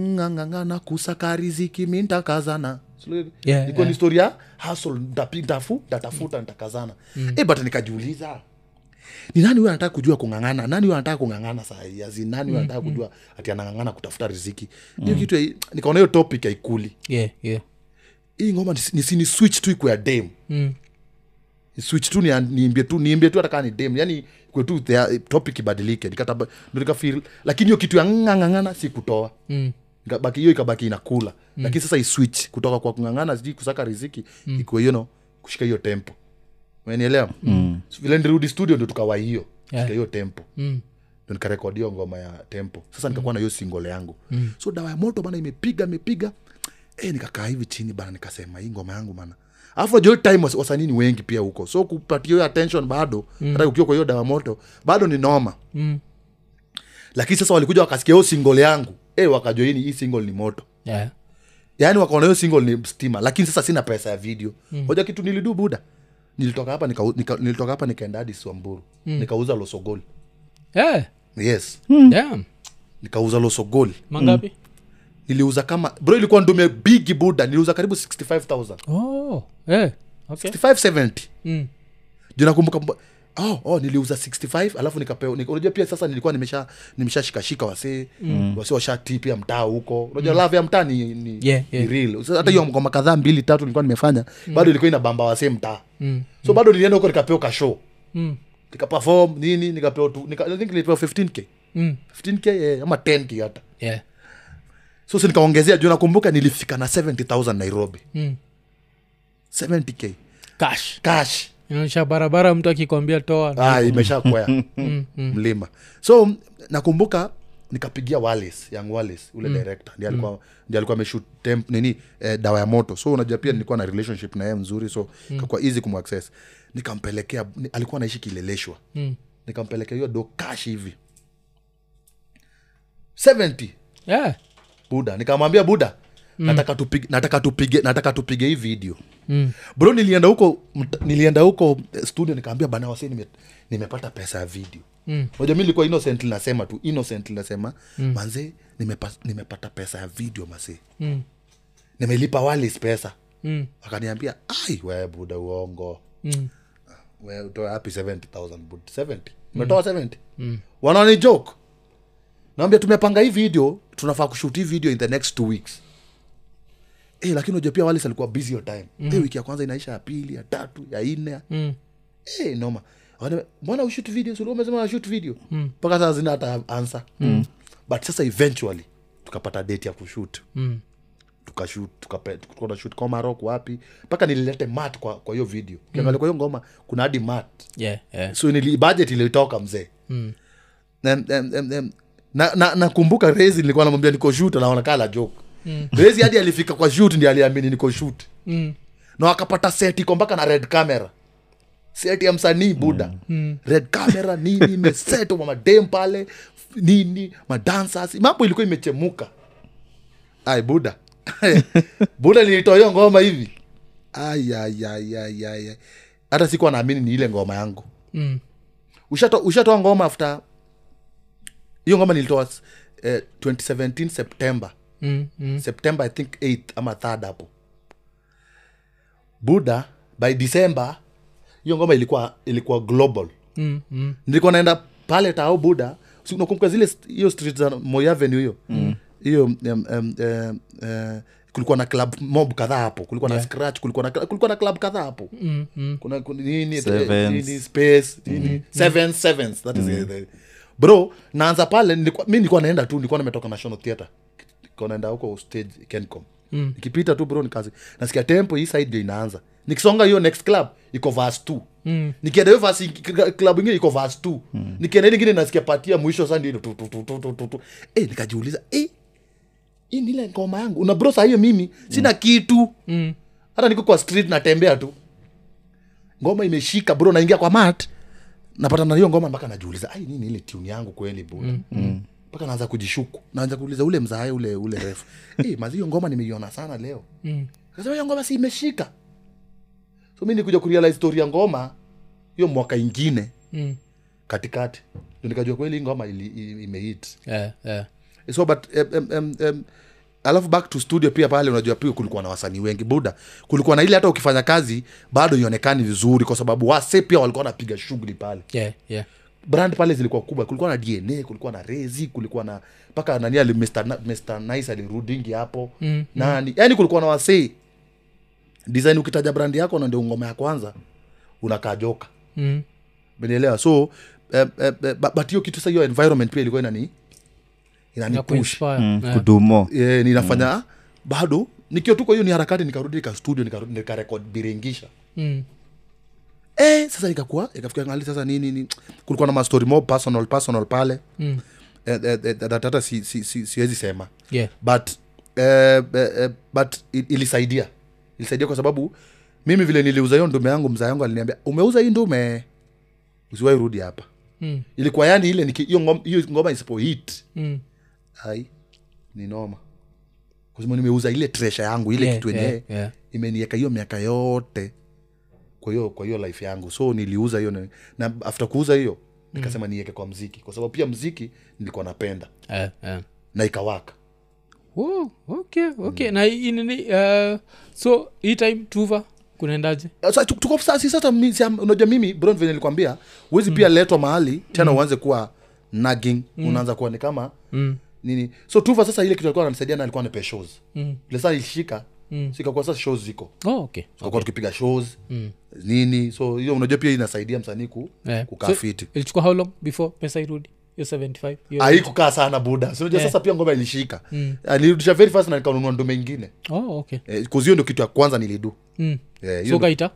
Speaker 2: ngangangana kusaka riziki mi ntakazana
Speaker 1: Yeah,
Speaker 2: ilikuwa
Speaker 1: yeah.
Speaker 2: ni story ya hasol ndatafu ndatafuta nitakazana
Speaker 1: Mm.
Speaker 2: e, but nikajiuliza ni nani huyo anataka kujua kung'ang'ana nani huyo anataka kung'ang'ana saazi nani
Speaker 1: Mm,
Speaker 2: huyo anataka kujua ati anang'ang'ana kutafuta riziki hiyo kitu ya- nikaona hiyo topic haikuli
Speaker 1: yeah. yeah.
Speaker 2: hii ngoma ni, ni, ni switch tu ikuya dem
Speaker 1: Mm.
Speaker 2: Ni switch tu nia- niimbie tu niimbie tu hata kaa ni dem yani kwe tu the- topic ibadilike nikataba ndo nikafeel lakini hiyo kitu ya ng'ang'ang'ana si kutoa
Speaker 1: Mm.
Speaker 2: Ikabaki- hiyo ikabaki inakula lakini sasa iswitch kutoka kwa kung'ang'ana sijui kusaka riziki mm. ikuwe you know, kushika hiyo tempo umenielewa mm. vile nirudi studio ndo tukawa hiyo kushika hiyo tempo
Speaker 1: Mm.
Speaker 2: ndo nikarekodi hiyo ngoma ya tempo sasa nikakuwa na hiyo single yangu mm. so dawa ya moto bana imepiga imepiga e, nikakaa hivi chini bana nikasema hii ngoma yangu bana afu jo time was- wasanii ni wengi pia huko so kupatia hiyo attention bado mm. hata ukiwa kwa hiyo dawa ya moto bado ni noma
Speaker 1: Mm.
Speaker 2: lakini sasa walikuja wakasikia hiyo single yangu e, wakajoini hii single ni moto
Speaker 1: Yeah.
Speaker 2: yaani wakaona hiyo single ni stima lakini sasa sina pesa ya video mm. hoja kitu nilidu buda nilitoka hapa nika, nika, nilitoka hapa nikaenda hadi swamburu mm. nikauza losogol
Speaker 1: Yeah.
Speaker 2: yes
Speaker 1: Damn.
Speaker 2: nikauza losogol
Speaker 1: mangapi
Speaker 2: niliuza kama bro ilikuwa ndume bigi buda niliuza karibu 65000
Speaker 1: oh. yeah. okay.
Speaker 2: 6570
Speaker 1: Mm.
Speaker 2: juu nakumbuka mba- oh, oh, niliuza 65 alafu nikapewa nika, unajua pia sasa nilikuwa nimesha nimeshashikashika wasee mm. wasee washati pia mtaa huko unajua mm. love ya mtaa ni, ni,
Speaker 1: Yeah, yeah. Mm.
Speaker 2: ni real Sasa hata hiyo ngoma kadhaa mbili tatu nilikuwa nimefanya bado ilikuwa inabamba wasee mtaa so bado nilienda huko nikapewa kashow
Speaker 1: Mm.
Speaker 2: nikaperform nini nikapewa tu nika, I think nilipewa 15k
Speaker 1: Mm.
Speaker 2: 15k eh, ama 10k hata
Speaker 1: Yeah.
Speaker 2: so si nikaongezea juu nakumbuka nilifika na 70000 nairobi
Speaker 1: Mm.
Speaker 2: 70k
Speaker 1: cash
Speaker 2: cash
Speaker 1: inaonyesha barabara mtu akikwambia toa
Speaker 2: ah, imesha kwea mlima so m- nakumbuka nikapigia walis yang walis ule director ndi alikuwa ndi alikuwa ameshoot temp nini eh, dawa ya moto so unajua pia nilikuwa na relationship na yeye mzuri so mm. kakwa easy kumaccess nikampelekea ni, alikuwa anaishi kileleshwa mm. nikampelekea hiyo do cash hivi 70
Speaker 1: yeah.
Speaker 2: buda nikamwambia buda nataka tupige nataka tupige nataka tupige hii video mm. bro nilienda huko mt- nilienda huko eh, studio nikaambia bana wase nime, nimepata pesa ya video mm. mi nilikuwa innocent nasema tu innocent nasema mm. manze nimepa, nimepata pesa ya video mase
Speaker 1: Mm.
Speaker 2: nimelipa walis pesa
Speaker 1: Mm.
Speaker 2: akaniambia ai we buda uongo
Speaker 1: Mm.
Speaker 2: we utoe hapi 70000 bud 70 umetoa 70 wanaoni joke naambia tumepanga hii video tunafaa kushoot hii video in the next two weeks Eh, lakini unajua pia walis alikuwa busy your time mm. eh, wiki ya kwanza inaisha ya pili ya tatu ya nne
Speaker 1: Mhm. Mm.
Speaker 2: eh, noma Wanaambia, mbona ushoot video sulu umesema unashoot video
Speaker 1: Mm.
Speaker 2: mpaka sasa zina hata answer mm. but sasa eventually tukapata date ya kushoot
Speaker 1: Mm.
Speaker 2: tukashoot tukape- tulikuwa tunashoot komarok wapi mpaka nililete mat kwa kwa hiyo video ukiangalia kwa hiyo ngoma kuna hadi mat
Speaker 1: Yeah, yeah.
Speaker 2: so nili, budget ilitoka mzee mm. na na- nakumbuka rezi nilikuwa namwambia niko shut naonakala joke mm. rezi hadi alifika kwa shut ndi aliamini niko shut
Speaker 1: Mm.
Speaker 2: na wakapata set iko mpaka na red camera set ya msanii buda mm. red camera nini imesetwa mamadem pale f- nini madansas mambo ilikuwa imechemuka ai buda buda nilitoa hiyo ngoma hivi Ai, ai, ai, ai, ai, ai. hata sikuwa naamini ni ile ngoma yangu
Speaker 1: Mm.
Speaker 2: ushatoa ushatoa ngoma after hiyo ngoma nilitoa eh, 2017 september
Speaker 1: Mm. Mm.
Speaker 2: september i think 8 ama third hapo buda by december hiyo ngoma ilikuwa ilikuwa global
Speaker 1: Mm. Mm.
Speaker 2: nilikuwa naenda pale tao buda Si unakumbuka zile st- hiyo street za Moi avenue hiyo hiyo mm. um, um, um, uh, kulikuwa na club mob kadhaa hapo kulikuwa na scratch kulikuwa na kulikuwa na club kadhaa hapo
Speaker 1: Mm. Mm.
Speaker 2: kuna kuna- nini, eh,
Speaker 3: Sevens.
Speaker 2: nini space
Speaker 1: Mm-hmm.
Speaker 2: nini seven sevens that is the- bro naanza pale nilikuwa- mi nilikuwa naenda tu nilikuwa nimetoka national theatre nilikuwa naenda huko stage kencom
Speaker 1: Mm.
Speaker 2: nikipita tu bro nikazi nasikia tempo hii side ndio inaanza nikisonga hiyo next club iko verse two
Speaker 1: Mm.
Speaker 2: nikienda hiyo verse ingi- club ingine iko verse two nikienda ile ingine nasikia patia mwisho sasa ndio ile tu- tu- tu- tu- tu- tu- tu. eh nikajiuliza eh hii ni ile ngoma yangu una bro saa hiyo mimi sina kitu
Speaker 1: Mm.
Speaker 2: hata niko kwa street natembea tu ngoma imeshika bro naingia kwa mat napata na hiyo ngoma mpaka najiuliza ai nini ile tune yangu kweli
Speaker 1: Mm,
Speaker 2: buda mpaka naanza kujishuku naanza kuuliza ule mzae ule ule refu hey, mazi hiyo ngoma nimeiona sana leo
Speaker 1: Mm.
Speaker 2: kasema hiyo ngoma si imeshika so mi nikuja kurealize story ya ngoma hiyo mwaka ingine
Speaker 1: Mm.
Speaker 2: katikati ndio nikajua kweli hii ngoma ili- i- imehit
Speaker 1: Yeah, yeah.
Speaker 2: so but em, em, em, em, alafu back to studio pia pale unajua pia kulikuwa na wasanii wengi buda kulikuwa na ile hata ukifanya kazi bado ionekani vizuri kwa sababu wase pia walikuwa wanapiga shughuli pale
Speaker 1: Yeah, yeah.
Speaker 2: brand pale zilikuwa kubwa kulikuwa na dna kulikuwa na rezi kulikuwa na mpaka nani ali mr, Na- mr nice alirudingi hapo
Speaker 1: Mm,
Speaker 2: nani yani kulikuwa na wasee design ukitaja brand yako na ndio ngoma ya kwanza unakaa joka
Speaker 1: Mm.
Speaker 2: umenielewa so eh, eh, eh, but but hiyo kitu sa hiyo environment pia ilikuwa inani
Speaker 1: Na
Speaker 2: inanipush
Speaker 1: kuinspire. Mm. Yeah.
Speaker 3: mm, kudumo
Speaker 2: Eh, ninafanya
Speaker 1: Mm.
Speaker 2: ah, bado nikiwa tu kwa hiyo ni harakati nikarudi nika studio nikarudi nikarekod biringisha
Speaker 1: Mm.
Speaker 2: eh, sasa ikakuwa ikafikia ngali sasa nini, nini kulikuwa na mastori mo personal personal pale
Speaker 1: Mm.
Speaker 2: eh, eh, eh, that hata si, si, si, siwezi sema
Speaker 1: Yeah.
Speaker 2: but eh, eh, eh, but i- ilisaidia ilisaidia kwa sababu mimi vile niliuza hiyo ndume yangu mzaa yangu aliniambia umeuza hii ndume usiwai rudi hapa
Speaker 1: Mm.
Speaker 2: ilikuwa yani ile niki- hiyo ngom- hiyo ngoma isipo hit
Speaker 1: Mm.
Speaker 2: ai ni noma kusema nimeuza ile tresha yangu ile
Speaker 1: Yeah,
Speaker 2: kitu yenyewe
Speaker 1: yeah, yeah.
Speaker 2: imenieka hiyo miaka yote kwa hiyo kwa hiyo life yangu so niliuza hiyo na, na after kuuza hiyo
Speaker 1: Mm.
Speaker 2: nikasema nieke kwa mziki kwa sababu pia mziki nilikuwa napenda
Speaker 1: Yeah, yeah.
Speaker 2: na ikawaka
Speaker 1: Wow, okay, okay. na hii nini uh, so hii time tuva kunaendaje
Speaker 2: Sasa tu- tuko sasa- si sasa mi- si- unajua mimi Brown venye nilikwambia huwezi
Speaker 1: Mm.
Speaker 2: pia letwa mahali tena uanze kuwa nagging unaanza kuwa ni kama
Speaker 1: Mm.
Speaker 2: nini so tuva sasa ile kitu alikuwa ananisaidia na alikuwa anipe shows
Speaker 1: Mm.
Speaker 2: ile sasa ilishika sikakuwa sasa shows ziko
Speaker 1: oh, okay. Mm.
Speaker 2: tukakuwa tukipiga shows nini so hiyo unajua pia inasaidia msanii ku,
Speaker 1: yeah.
Speaker 2: kukaa fiti
Speaker 1: so, ilichukua how long before pesa irudi hiyo 75 hiyo-
Speaker 2: haikukaa sana buda sinajua
Speaker 1: Eh.
Speaker 2: sasa pia ngoma ilishika
Speaker 1: Mm.
Speaker 2: alirudisha very fast na nikanunua ndo mengine
Speaker 1: oh, okay
Speaker 2: eh, kuzio ndo kitu ya kwanza nilidu
Speaker 1: mm.
Speaker 2: eh, hiyo
Speaker 1: so kaita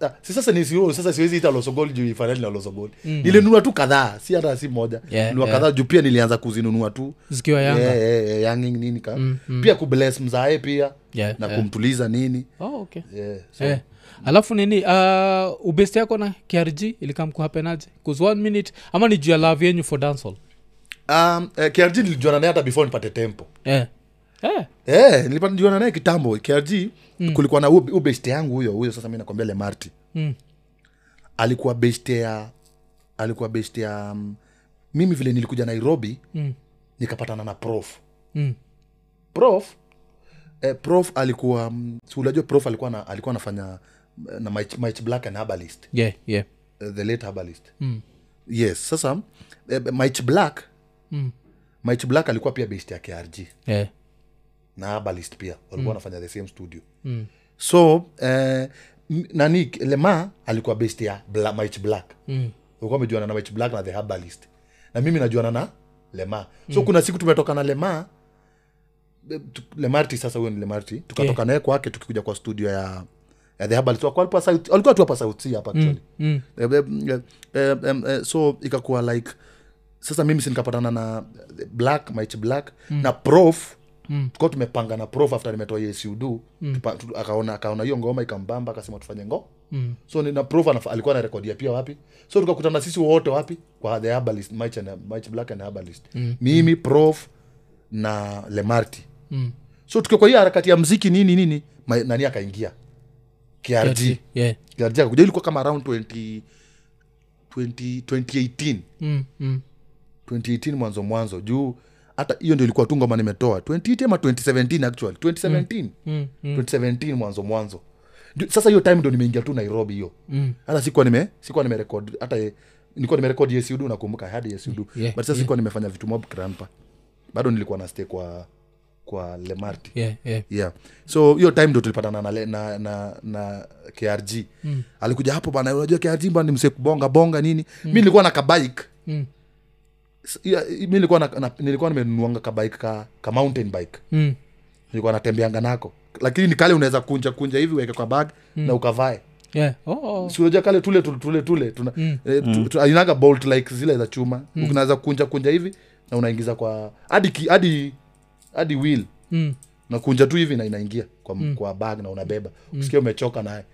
Speaker 2: Ah, si sasa ni siyo, sasa siwezi ita losogol juu ifanani na losogol nilinunua tu kadhaa si hata si moja
Speaker 1: Mm. Yeah,
Speaker 2: Nilinunua
Speaker 1: yeah.
Speaker 2: kadhaa juu pia nilianza kuzinunua tu
Speaker 1: zikiwa yanga
Speaker 2: Yeah, yeah, yeah, yanging nini ka pia kubles mzae pia
Speaker 1: Mm, Yeah,
Speaker 2: na
Speaker 1: yeah.
Speaker 2: kumtuliza nini
Speaker 1: oh, okay
Speaker 2: yeah, so,
Speaker 1: Eh. alafu nini uh, ubest yako na krg ilikam kuhapenaje 'Cause one minute ama ni juu ya love yenyu for dancehall
Speaker 2: um, eh, KRG nilijuana naye hata before nipate tempo
Speaker 1: eh. Eh.
Speaker 2: eh, nilijuana naye kitambo KRG kulikuwa na hu best yangu huyo huyo sasa mi nakwambia lemarti
Speaker 1: Mm.
Speaker 2: alikuwa best ya alikuwa best ya um, mimi vile nilikuja nairobi
Speaker 1: Mm.
Speaker 2: nikapatana na prof
Speaker 1: Mm.
Speaker 2: prof eh, prof alikuwa mm, si unajua prof alikuwa na, alikuwa anafanya eh, na Mike, Mike black and herbalist
Speaker 1: yeah, yeah.
Speaker 2: eh, the late herbalist
Speaker 1: Mm.
Speaker 2: yes sasa eh, Mike black
Speaker 1: Mm.
Speaker 2: Mike black alikuwa pia best ya krg
Speaker 1: Yeah.
Speaker 2: na herbalist pia walikuwa wanafanya the same studio mm. so eh, m- nani lema alikuwa best ya Bla, Mike black
Speaker 1: Mm.
Speaker 2: ulikuwa amejuana na Mike black na the herbalist na mimi najuana na lema so
Speaker 1: Mm.
Speaker 2: kuna siku tumetoka na lema eh, tu- lemarti sasa huyo ni lemarti tukatoka naye kwake tukikuja kwa studio ya ya the herbalist Walikuwa hapa South- walikuwa tu hapa south Sea hapa actually
Speaker 1: Mm.
Speaker 2: Eh, eh, eh, eh, eh, so ikakuwa like sasa mimi si nikapatana na eh, black mich black na prof mm. tukawa tumepanga na prof after nimetoa hiyo sudu mm. akaona akaona hiyo ngoma ikambamba akasema tufanye ngo mm. so ni- na prof anaf- alikuwa anarekodia pia wapi so tukakutana sisi wote wapi kwa the herbalist mich, and, mich black and herbalist mm. mimi prof na lemarti
Speaker 1: Mm.
Speaker 2: so tukiwa kwa hiyo harakati ya mziki nini nini ma, nani akaingia krg
Speaker 1: KRG, yeah.
Speaker 2: Gardia kuja ilikuwa kama around 20, 20, 2018
Speaker 1: Mm. Mm.
Speaker 2: 2018 mwanzo mwanzo juu hata hiyo ndio ilikuwa tu ngoma nimetoa 2018 ama 2017 actually 2017
Speaker 1: Mm. Mm.
Speaker 2: 2017 mwanzo mwanzo Ju- sasa hiyo time ndo nimeingia tu nairobi hiyo
Speaker 1: Mm.
Speaker 2: hata sikuwa nime sikuwa nimerekod hata ye- nilikuwa nimerekod yesudu nakumbuka hadi yesudu
Speaker 1: Yeah,
Speaker 2: but sasa sikuwa nimefanya vitu mob grandpa bado nilikuwa na stay kwa kwa lemarti
Speaker 1: Yeah, yeah.
Speaker 2: yeah so hiyo time ndo tulipatana na, le- na, na, na krg mm. alikuja hapo bana unajua krg bana mse kubonga bonga nini mm. mi nilikuwa na kabike
Speaker 1: Mm.
Speaker 2: S- ya- mi nilikuwa na, na, nilikuwa nimenuanga kabike ka, ka mountain bike
Speaker 1: Mm.
Speaker 2: nilikuwa natembeanga nako lakini ni kale unaweza kunja kunja hivi uweke kwa bag mm. na ukavae
Speaker 1: Yeah. Oh, oh.
Speaker 2: Si unajua kale tule tule tule tule tuna mm. eh, tu, tu, ainaga bolt like zile za chuma mm. unaweza kunja kunja hivi na unaingiza kwa hadi ki- hadi hadi wheel
Speaker 1: Mm.
Speaker 2: nakunja tu hivi na inaingia kwa, kwa bag na unabeba usikia umechoka naye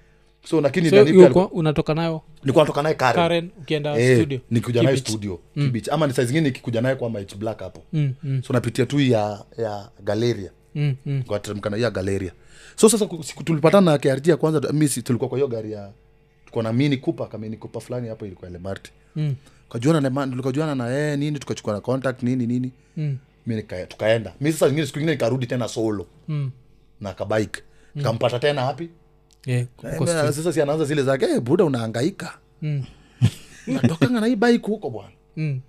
Speaker 2: so lakini
Speaker 1: Mm. so
Speaker 2: nani pia
Speaker 1: hiyo
Speaker 2: alikuwa-
Speaker 1: kwa- unatoka nayo
Speaker 2: nilikuwa natoka naye Karen.
Speaker 1: karen ukienda
Speaker 2: Eh,
Speaker 1: studio
Speaker 2: nikikuja naye
Speaker 1: Kibich.
Speaker 2: studio Kibich. ama ni saa zingine nikikuja naye kwa mach black hapo
Speaker 1: Mm, mm,
Speaker 2: so napitia tu hii ya ya galeria
Speaker 1: mm, mm.
Speaker 2: Kwa teremka na hii ya galeria so sasa ku- siku tulipatana na krg ya kwanza tu- mi si- tulikuwa kwa hiyo gari ya tulikuwa na mini kupa kamini kupa fulani hapo ilikuwa lemarti
Speaker 1: Mm.
Speaker 2: kajuana na Leman- tukajuana na yeye nini tukachukua na contact nini nini
Speaker 1: Mm.
Speaker 2: mi nika- tukaenda mi sasa ingine siku ingine nikarudi tena solo
Speaker 1: Mm.
Speaker 2: na kabike nikampata tena hapi
Speaker 1: Yeah, kwa
Speaker 2: Eh,
Speaker 1: studio.
Speaker 2: sasa si anaanza zile zake "Eh, buda unaangaika
Speaker 1: Mm.
Speaker 2: natokanga na hii bike huko bwana
Speaker 1: Mm.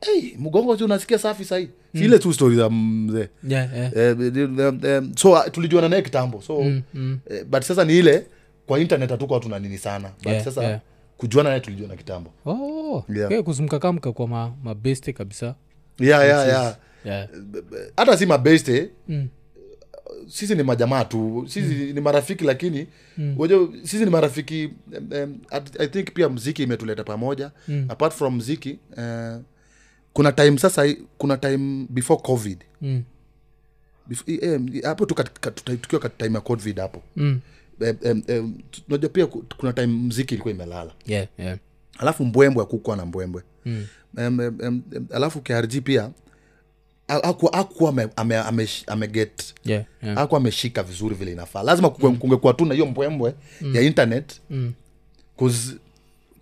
Speaker 2: hey, mgongo si unasikia safi sahii mm. ile tu stori za mzee
Speaker 1: Yeah, yeah.
Speaker 2: Eh, eh, eh, so ah, tulijuana naye kitambo so mm, mm. Eh, but sasa ni ile kwa internet hatukuwa tuna nini sana but
Speaker 1: Yeah,
Speaker 2: sasa
Speaker 1: yeah.
Speaker 2: kujuana naye tulijuana kitambo
Speaker 1: Oh,
Speaker 2: Yeah.
Speaker 1: yeah, kuzumkakamka kwa ma, mabeste kabisa
Speaker 2: yeah, yeah, yeah.
Speaker 1: yeah.
Speaker 2: hata si mabeste
Speaker 1: Mm.
Speaker 2: sisi ni majamaa tu sisi mm. ni marafiki lakini mm. wajua sisi ni marafiki em, em, at- i think pia mziki imetuleta pamoja mm. apart from mziki eh, kuna time sasa i- kuna time before covid
Speaker 1: Mm.
Speaker 2: Bef- i- em, i- hapo tu kat- kat- tuta- tukiwa kat- time ya covid hapo
Speaker 1: Mm.
Speaker 2: Em, em, em, tu- unajua pia ku- kuna time mziki ilikuwa imelala
Speaker 1: Yeah, yeah.
Speaker 2: alafu mbwembwe akukuwa na mbwembwe
Speaker 1: Mm.
Speaker 2: em, em, em, em, alafu krg pia a- hakuwa- hakuwa ame- ame- ame- ameget
Speaker 1: Yeah, yeah.
Speaker 2: ako ameshika vizuri vile inafaa lazima kukwe- kungekuwa tu na hiyo mbwembwe ya internet
Speaker 1: Mm.
Speaker 2: 'cause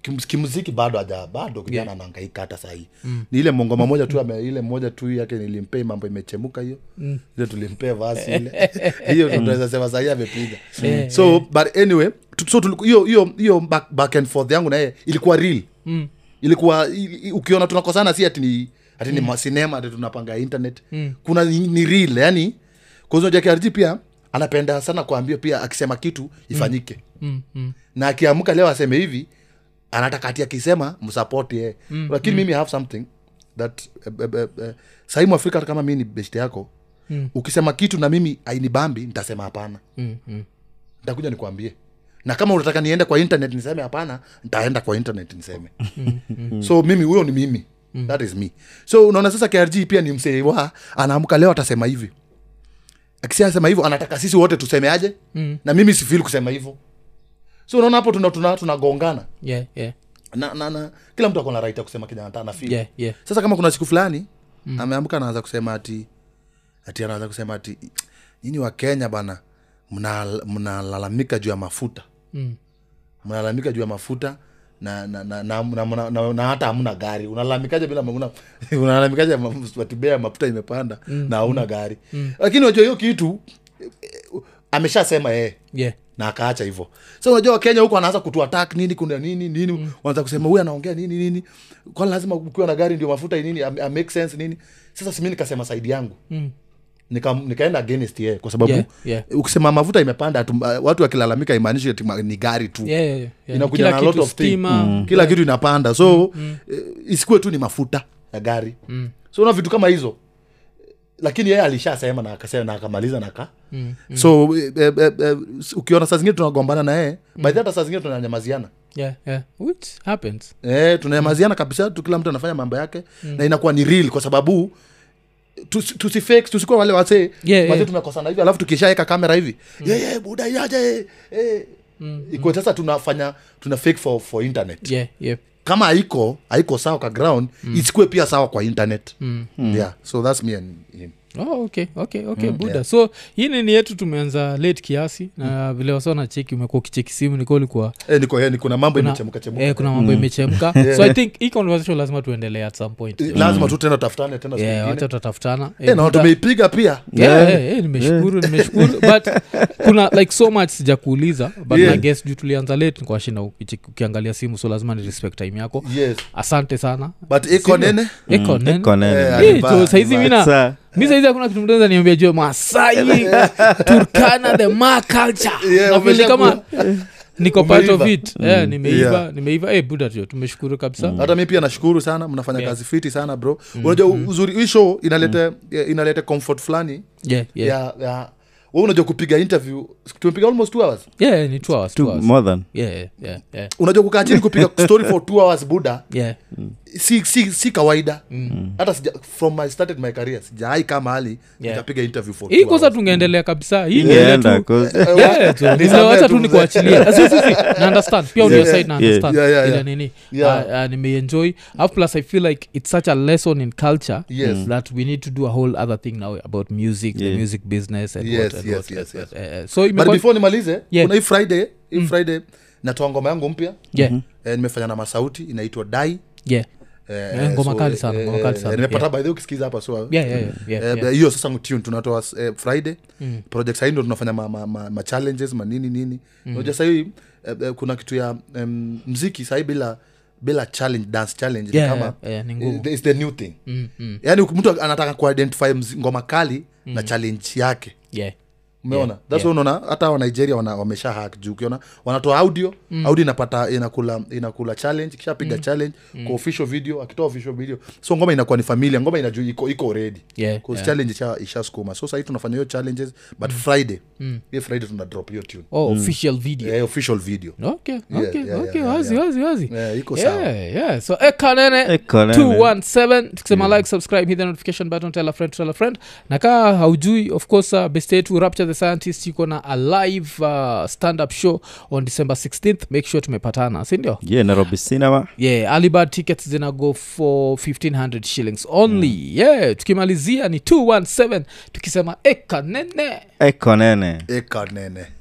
Speaker 2: kim- kimuziki bado aja bado kijana anahangaika hata sahii
Speaker 1: Mm.
Speaker 2: ni ile mongoma moja tu ame- ile moja tu yake nilimpea mambo imechemuka hiyo
Speaker 1: Mm.
Speaker 2: ile tulimpea vasi ile hiyo ndo tunaweza sema sahii amepiga
Speaker 1: Mm.
Speaker 2: Mm. so but anyway tu- so tuliku- hiyo hiyo hiyo back, back and forth yangu naye ilikuwa real
Speaker 1: Mm.
Speaker 2: ilikuwa i- i- ukiona tunakosana si ati ni ati
Speaker 1: Mm.
Speaker 2: ni masinema ati tunapanga internet kuna ni, ni real yani kuznajakrg pia anapenda sana kuambia pia akisema kitu ifanyike
Speaker 1: Mm. Mm.
Speaker 2: na akiamka leo aseme hivi anataka ati akisema msapoti yeye lakini mimi I have something that eh, eh, eh, eh, sahii mwafrika hata kama mi ni beshte yako mm. ukisema kitu na mimi ainibambi nitasema hapana
Speaker 1: mm, mm.
Speaker 2: ntakuja nikwambie na kama unataka niende kwa internet niseme hapana ntaenda kwa internet niseme so mimi huyo ni mimi that is me so unaona sasa krg pia ni msee wa anaamka leo atasema hivi akisema hivyo anataka sisi wote tuseme aje mm. na mimi sifili kusema hivyo so unaona hapo tunagongana tuna, tuna tunagongana.
Speaker 1: yeah, yeah,
Speaker 2: na, na, na kila mtu akona right ya kusema kenye anataka na feel
Speaker 1: yeah, yeah.
Speaker 2: sasa kama kuna siku fulani mm. ameamka anaanza kusema ati ati anaanza kusema ati nyinyi wa kenya bana mna- mnalalamika juu ya mafuta
Speaker 1: Mm.
Speaker 2: mnalalamika juu ya mafuta na na, na, na, na, na, na, na hata hamna gari unalalamikaje bila una, unalalamikaje ma- ati bei ya mafuta imepanda mm. na hauna gari mm. lakini unajua hiyo kitu eh, eh, ameshasema yeye
Speaker 1: yeah.
Speaker 2: na akaacha hivyo so unajua wakenya huko wanaanza kutuatak nini kuna nini nini mm. wanaanza kusema huyu anaongea nini nini kwani lazima ukiwa na gari ndio mafuta nini a, a make sense nini sasa simi nikasema saidi yangu
Speaker 1: Mm.
Speaker 2: Nika, nikaenda against yeye kwa sababu
Speaker 1: Yeah, yeah.
Speaker 2: ukisema mafuta imepanda tu, uh, watu wakilalamika imaanishi ati ma- ni gari tu
Speaker 1: Yeah, yeah, yeah. Ni
Speaker 2: inakuja
Speaker 1: kila
Speaker 2: na
Speaker 1: kitu,
Speaker 2: lot of thing. Mm.
Speaker 1: stima.
Speaker 2: kila kitu inapanda so mm. isikuwe tu ni mafuta ya gari mm. so una vitu kama hizo lakini yeye alishasema na akasema na akamaliza na ka mm, mm. so e, e, e, ukiona saa zingine tunagombana na yeye mm. baadhi hata saa zingine tunanyamaziana
Speaker 1: Yeah, yeah. Which happens.
Speaker 2: e, tunanyamaziana kabisa tu kila mtu anafanya mambo yake mm. na inakuwa ni real kwa sababu tusi- tusifake tusikuwa wale wasee
Speaker 1: Yeah,
Speaker 2: wasee
Speaker 1: yeah.
Speaker 2: tumekosana hivi alafu tukishaeka kamera hivi mm. yeye buda yaje eh. mm, ikuwe sasa tunafanya tuna fake for, for internet
Speaker 1: Yeah, yeah.
Speaker 2: kama haiko haiko sawa kwa ground mm. isikue pia sawa kwa internet mm. yeah so thats me and him
Speaker 1: Oh, okay, okay, okay,
Speaker 2: Mm,
Speaker 1: buda so hii nini yetu tumeanza late kiasi na
Speaker 2: Mm.
Speaker 1: vile wasa nacheki umekuwa ukicheki simu niko ulikuwa
Speaker 2: eh, niko eh, niko na mambo
Speaker 1: kuna-
Speaker 2: imechemka chemka
Speaker 1: eh, kuna
Speaker 2: Mm.
Speaker 1: mambo imechemka so i think hii conversation lazima tuendelee at some point
Speaker 2: Eh, lazima tu tena tutafutane tena siku
Speaker 1: Mm. yeah,
Speaker 2: ingine.
Speaker 1: wacha tutatafutana Eh,
Speaker 2: eh, na
Speaker 1: Buddha-
Speaker 2: tumeipiga pia
Speaker 1: Yeah, yeah, yeah, nimeshukuru nimeshukuru but kuna like so much sijakuuliza but
Speaker 2: Yeah.
Speaker 1: yeah. guess juu tulianza late nikwashinda ukiche- ukiangalia simu so lazima ni respect time yako
Speaker 2: yes
Speaker 1: asante sana
Speaker 2: but iko
Speaker 1: Sina.
Speaker 2: nene
Speaker 3: Mm,
Speaker 1: Iko nene.
Speaker 2: Eh,
Speaker 1: Eh,
Speaker 2: alivaa-
Speaker 1: so saizi
Speaker 2: alivaa.
Speaker 1: mina
Speaker 3: Sa-
Speaker 1: mi saizi hakuna kitu mtaweza niambia juu ya masai turkana the ma culture
Speaker 2: Yeah,
Speaker 1: Na feel ni kama niko part of
Speaker 2: Umeiva. Mm.
Speaker 1: it yeah, nimeiva
Speaker 2: Yeah. Mm.
Speaker 1: nimeiva eh, buda tu tumeshukuru kabisa
Speaker 2: hata mi pia nashukuru sana mnafanya
Speaker 1: Yeah. Mm.
Speaker 2: kazi fiti sana bro unajua uzuri hii show inaleta eh, inaleta comfort fulani
Speaker 1: yeah, yeah. Yeah.
Speaker 2: ya, ya we unajua kupiga interview tumepiga almost two hours
Speaker 1: Yeah, ni two hours, two
Speaker 3: Two-
Speaker 1: hours.
Speaker 3: more than
Speaker 1: Yeah, yeah, yeah, yeah.
Speaker 2: unajua kukaa chini kupiga story for two hours buda
Speaker 1: Yeah.
Speaker 2: si, si, si kawaida mm. hata sija, from I started my career sijaai kama hali
Speaker 1: Yeah.
Speaker 2: nikapiga interview for
Speaker 1: hii
Speaker 2: two hours. Eh,
Speaker 1: kosa tungeendelea kabisa hii ingeendelea
Speaker 3: ingeenda
Speaker 1: tu-
Speaker 3: 'cause-
Speaker 1: Yeah, tu-
Speaker 2: Nisamehe
Speaker 1: nimewacha
Speaker 2: tu
Speaker 1: tu
Speaker 2: mzee.
Speaker 1: nikuachilia Si, si, si, na understand pia on your side na
Speaker 3: yeah,
Speaker 1: understand
Speaker 2: yeah, yeah,
Speaker 1: Ila
Speaker 2: yeah.
Speaker 1: nini
Speaker 2: Yeah.
Speaker 1: uh, uh, nimeenjoy alafu plus i feel like it's such a lesson in culture
Speaker 2: Yes.
Speaker 1: that we need to do a whole other thing now about music the
Speaker 3: Mm. Yeah.
Speaker 1: music business and
Speaker 2: Yes,
Speaker 1: what, and
Speaker 2: yes,
Speaker 1: what, and
Speaker 2: yes,
Speaker 1: what.
Speaker 2: yes.
Speaker 1: Eh, eh, so
Speaker 2: but
Speaker 1: imekuwa-
Speaker 2: before nimalize
Speaker 1: Yeah. Mm.
Speaker 2: kuna hii friday hii friday natoa ngoma yangu mpya
Speaker 1: yeah,
Speaker 3: Mm-hmm.
Speaker 2: eh, nimefanya na masauti inaitwa dai
Speaker 1: yeah,
Speaker 2: eh,
Speaker 1: Eh, ngoma
Speaker 2: so,
Speaker 1: kali sana, ngoma kali sana,
Speaker 2: nimepata
Speaker 1: yeah.
Speaker 2: by the way ukisikiza hapa so
Speaker 1: yeah, yeah, yeah, yeah,
Speaker 2: Eh,
Speaker 1: yeah.
Speaker 2: hiyo sasa tune tunatoa eh, friday
Speaker 1: Mm.
Speaker 2: project sahii ndo tunafanya ma, ma, ma, ma challenges manini nini
Speaker 1: Mm.
Speaker 2: unajua sahii eh, eh, kuna kitu ya em, mziki sahii bila bila challenge dance challenge ni
Speaker 1: Yeah,
Speaker 2: kama
Speaker 1: yeah, yeah, ni ngumu. Mm,
Speaker 2: eh, it's the new thing yaani mtu anataka kuidentify mzi- ngoma kali na
Speaker 1: Mm.
Speaker 2: challenge yake
Speaker 1: yeah.
Speaker 2: umeona yeah, that's yeah. unaona hata wa nigeria wana, wamesha hack juu ukiona wanatoa audio mm. audio inapata inakula inakula challenge kishapiga mm. challenge mm. kwa official video akitoa official video so ngoma inakuwa ni familia ngoma inajua iko iko ready
Speaker 1: Yeah,
Speaker 2: Cause
Speaker 1: yeah.
Speaker 2: challenge isha, ishasukuma so sahii tunafanya hiyo challenges but friday mm. hiyo friday tuna drop hiyo tune
Speaker 1: oh,
Speaker 3: Mm.
Speaker 1: official video
Speaker 2: yeah, official video
Speaker 1: okay
Speaker 2: Yeah,
Speaker 1: okay
Speaker 2: yeah,
Speaker 1: okay
Speaker 2: yeah,
Speaker 1: wazi
Speaker 2: yeah.
Speaker 1: wazi wazi
Speaker 2: Yeah, iko sawa
Speaker 1: yeah, yeah. so eh, ekanene
Speaker 3: Ekanene.
Speaker 1: 217 tukisema like subscribe hit the notification button tell a friend tell a friend na kaa haujui of course uh, best yetu rapture the scientist iko na a live uh, stand up show on december 16th make sure tumepatana sindio
Speaker 3: yeah nairobi cinema
Speaker 1: yeah alibad tickets zinago for 1500 shillings only
Speaker 2: Mm.
Speaker 1: yeah "Eh, tukimalizia ni 217 tukisema ekanene
Speaker 3: ekonene
Speaker 2: Mm. ekanene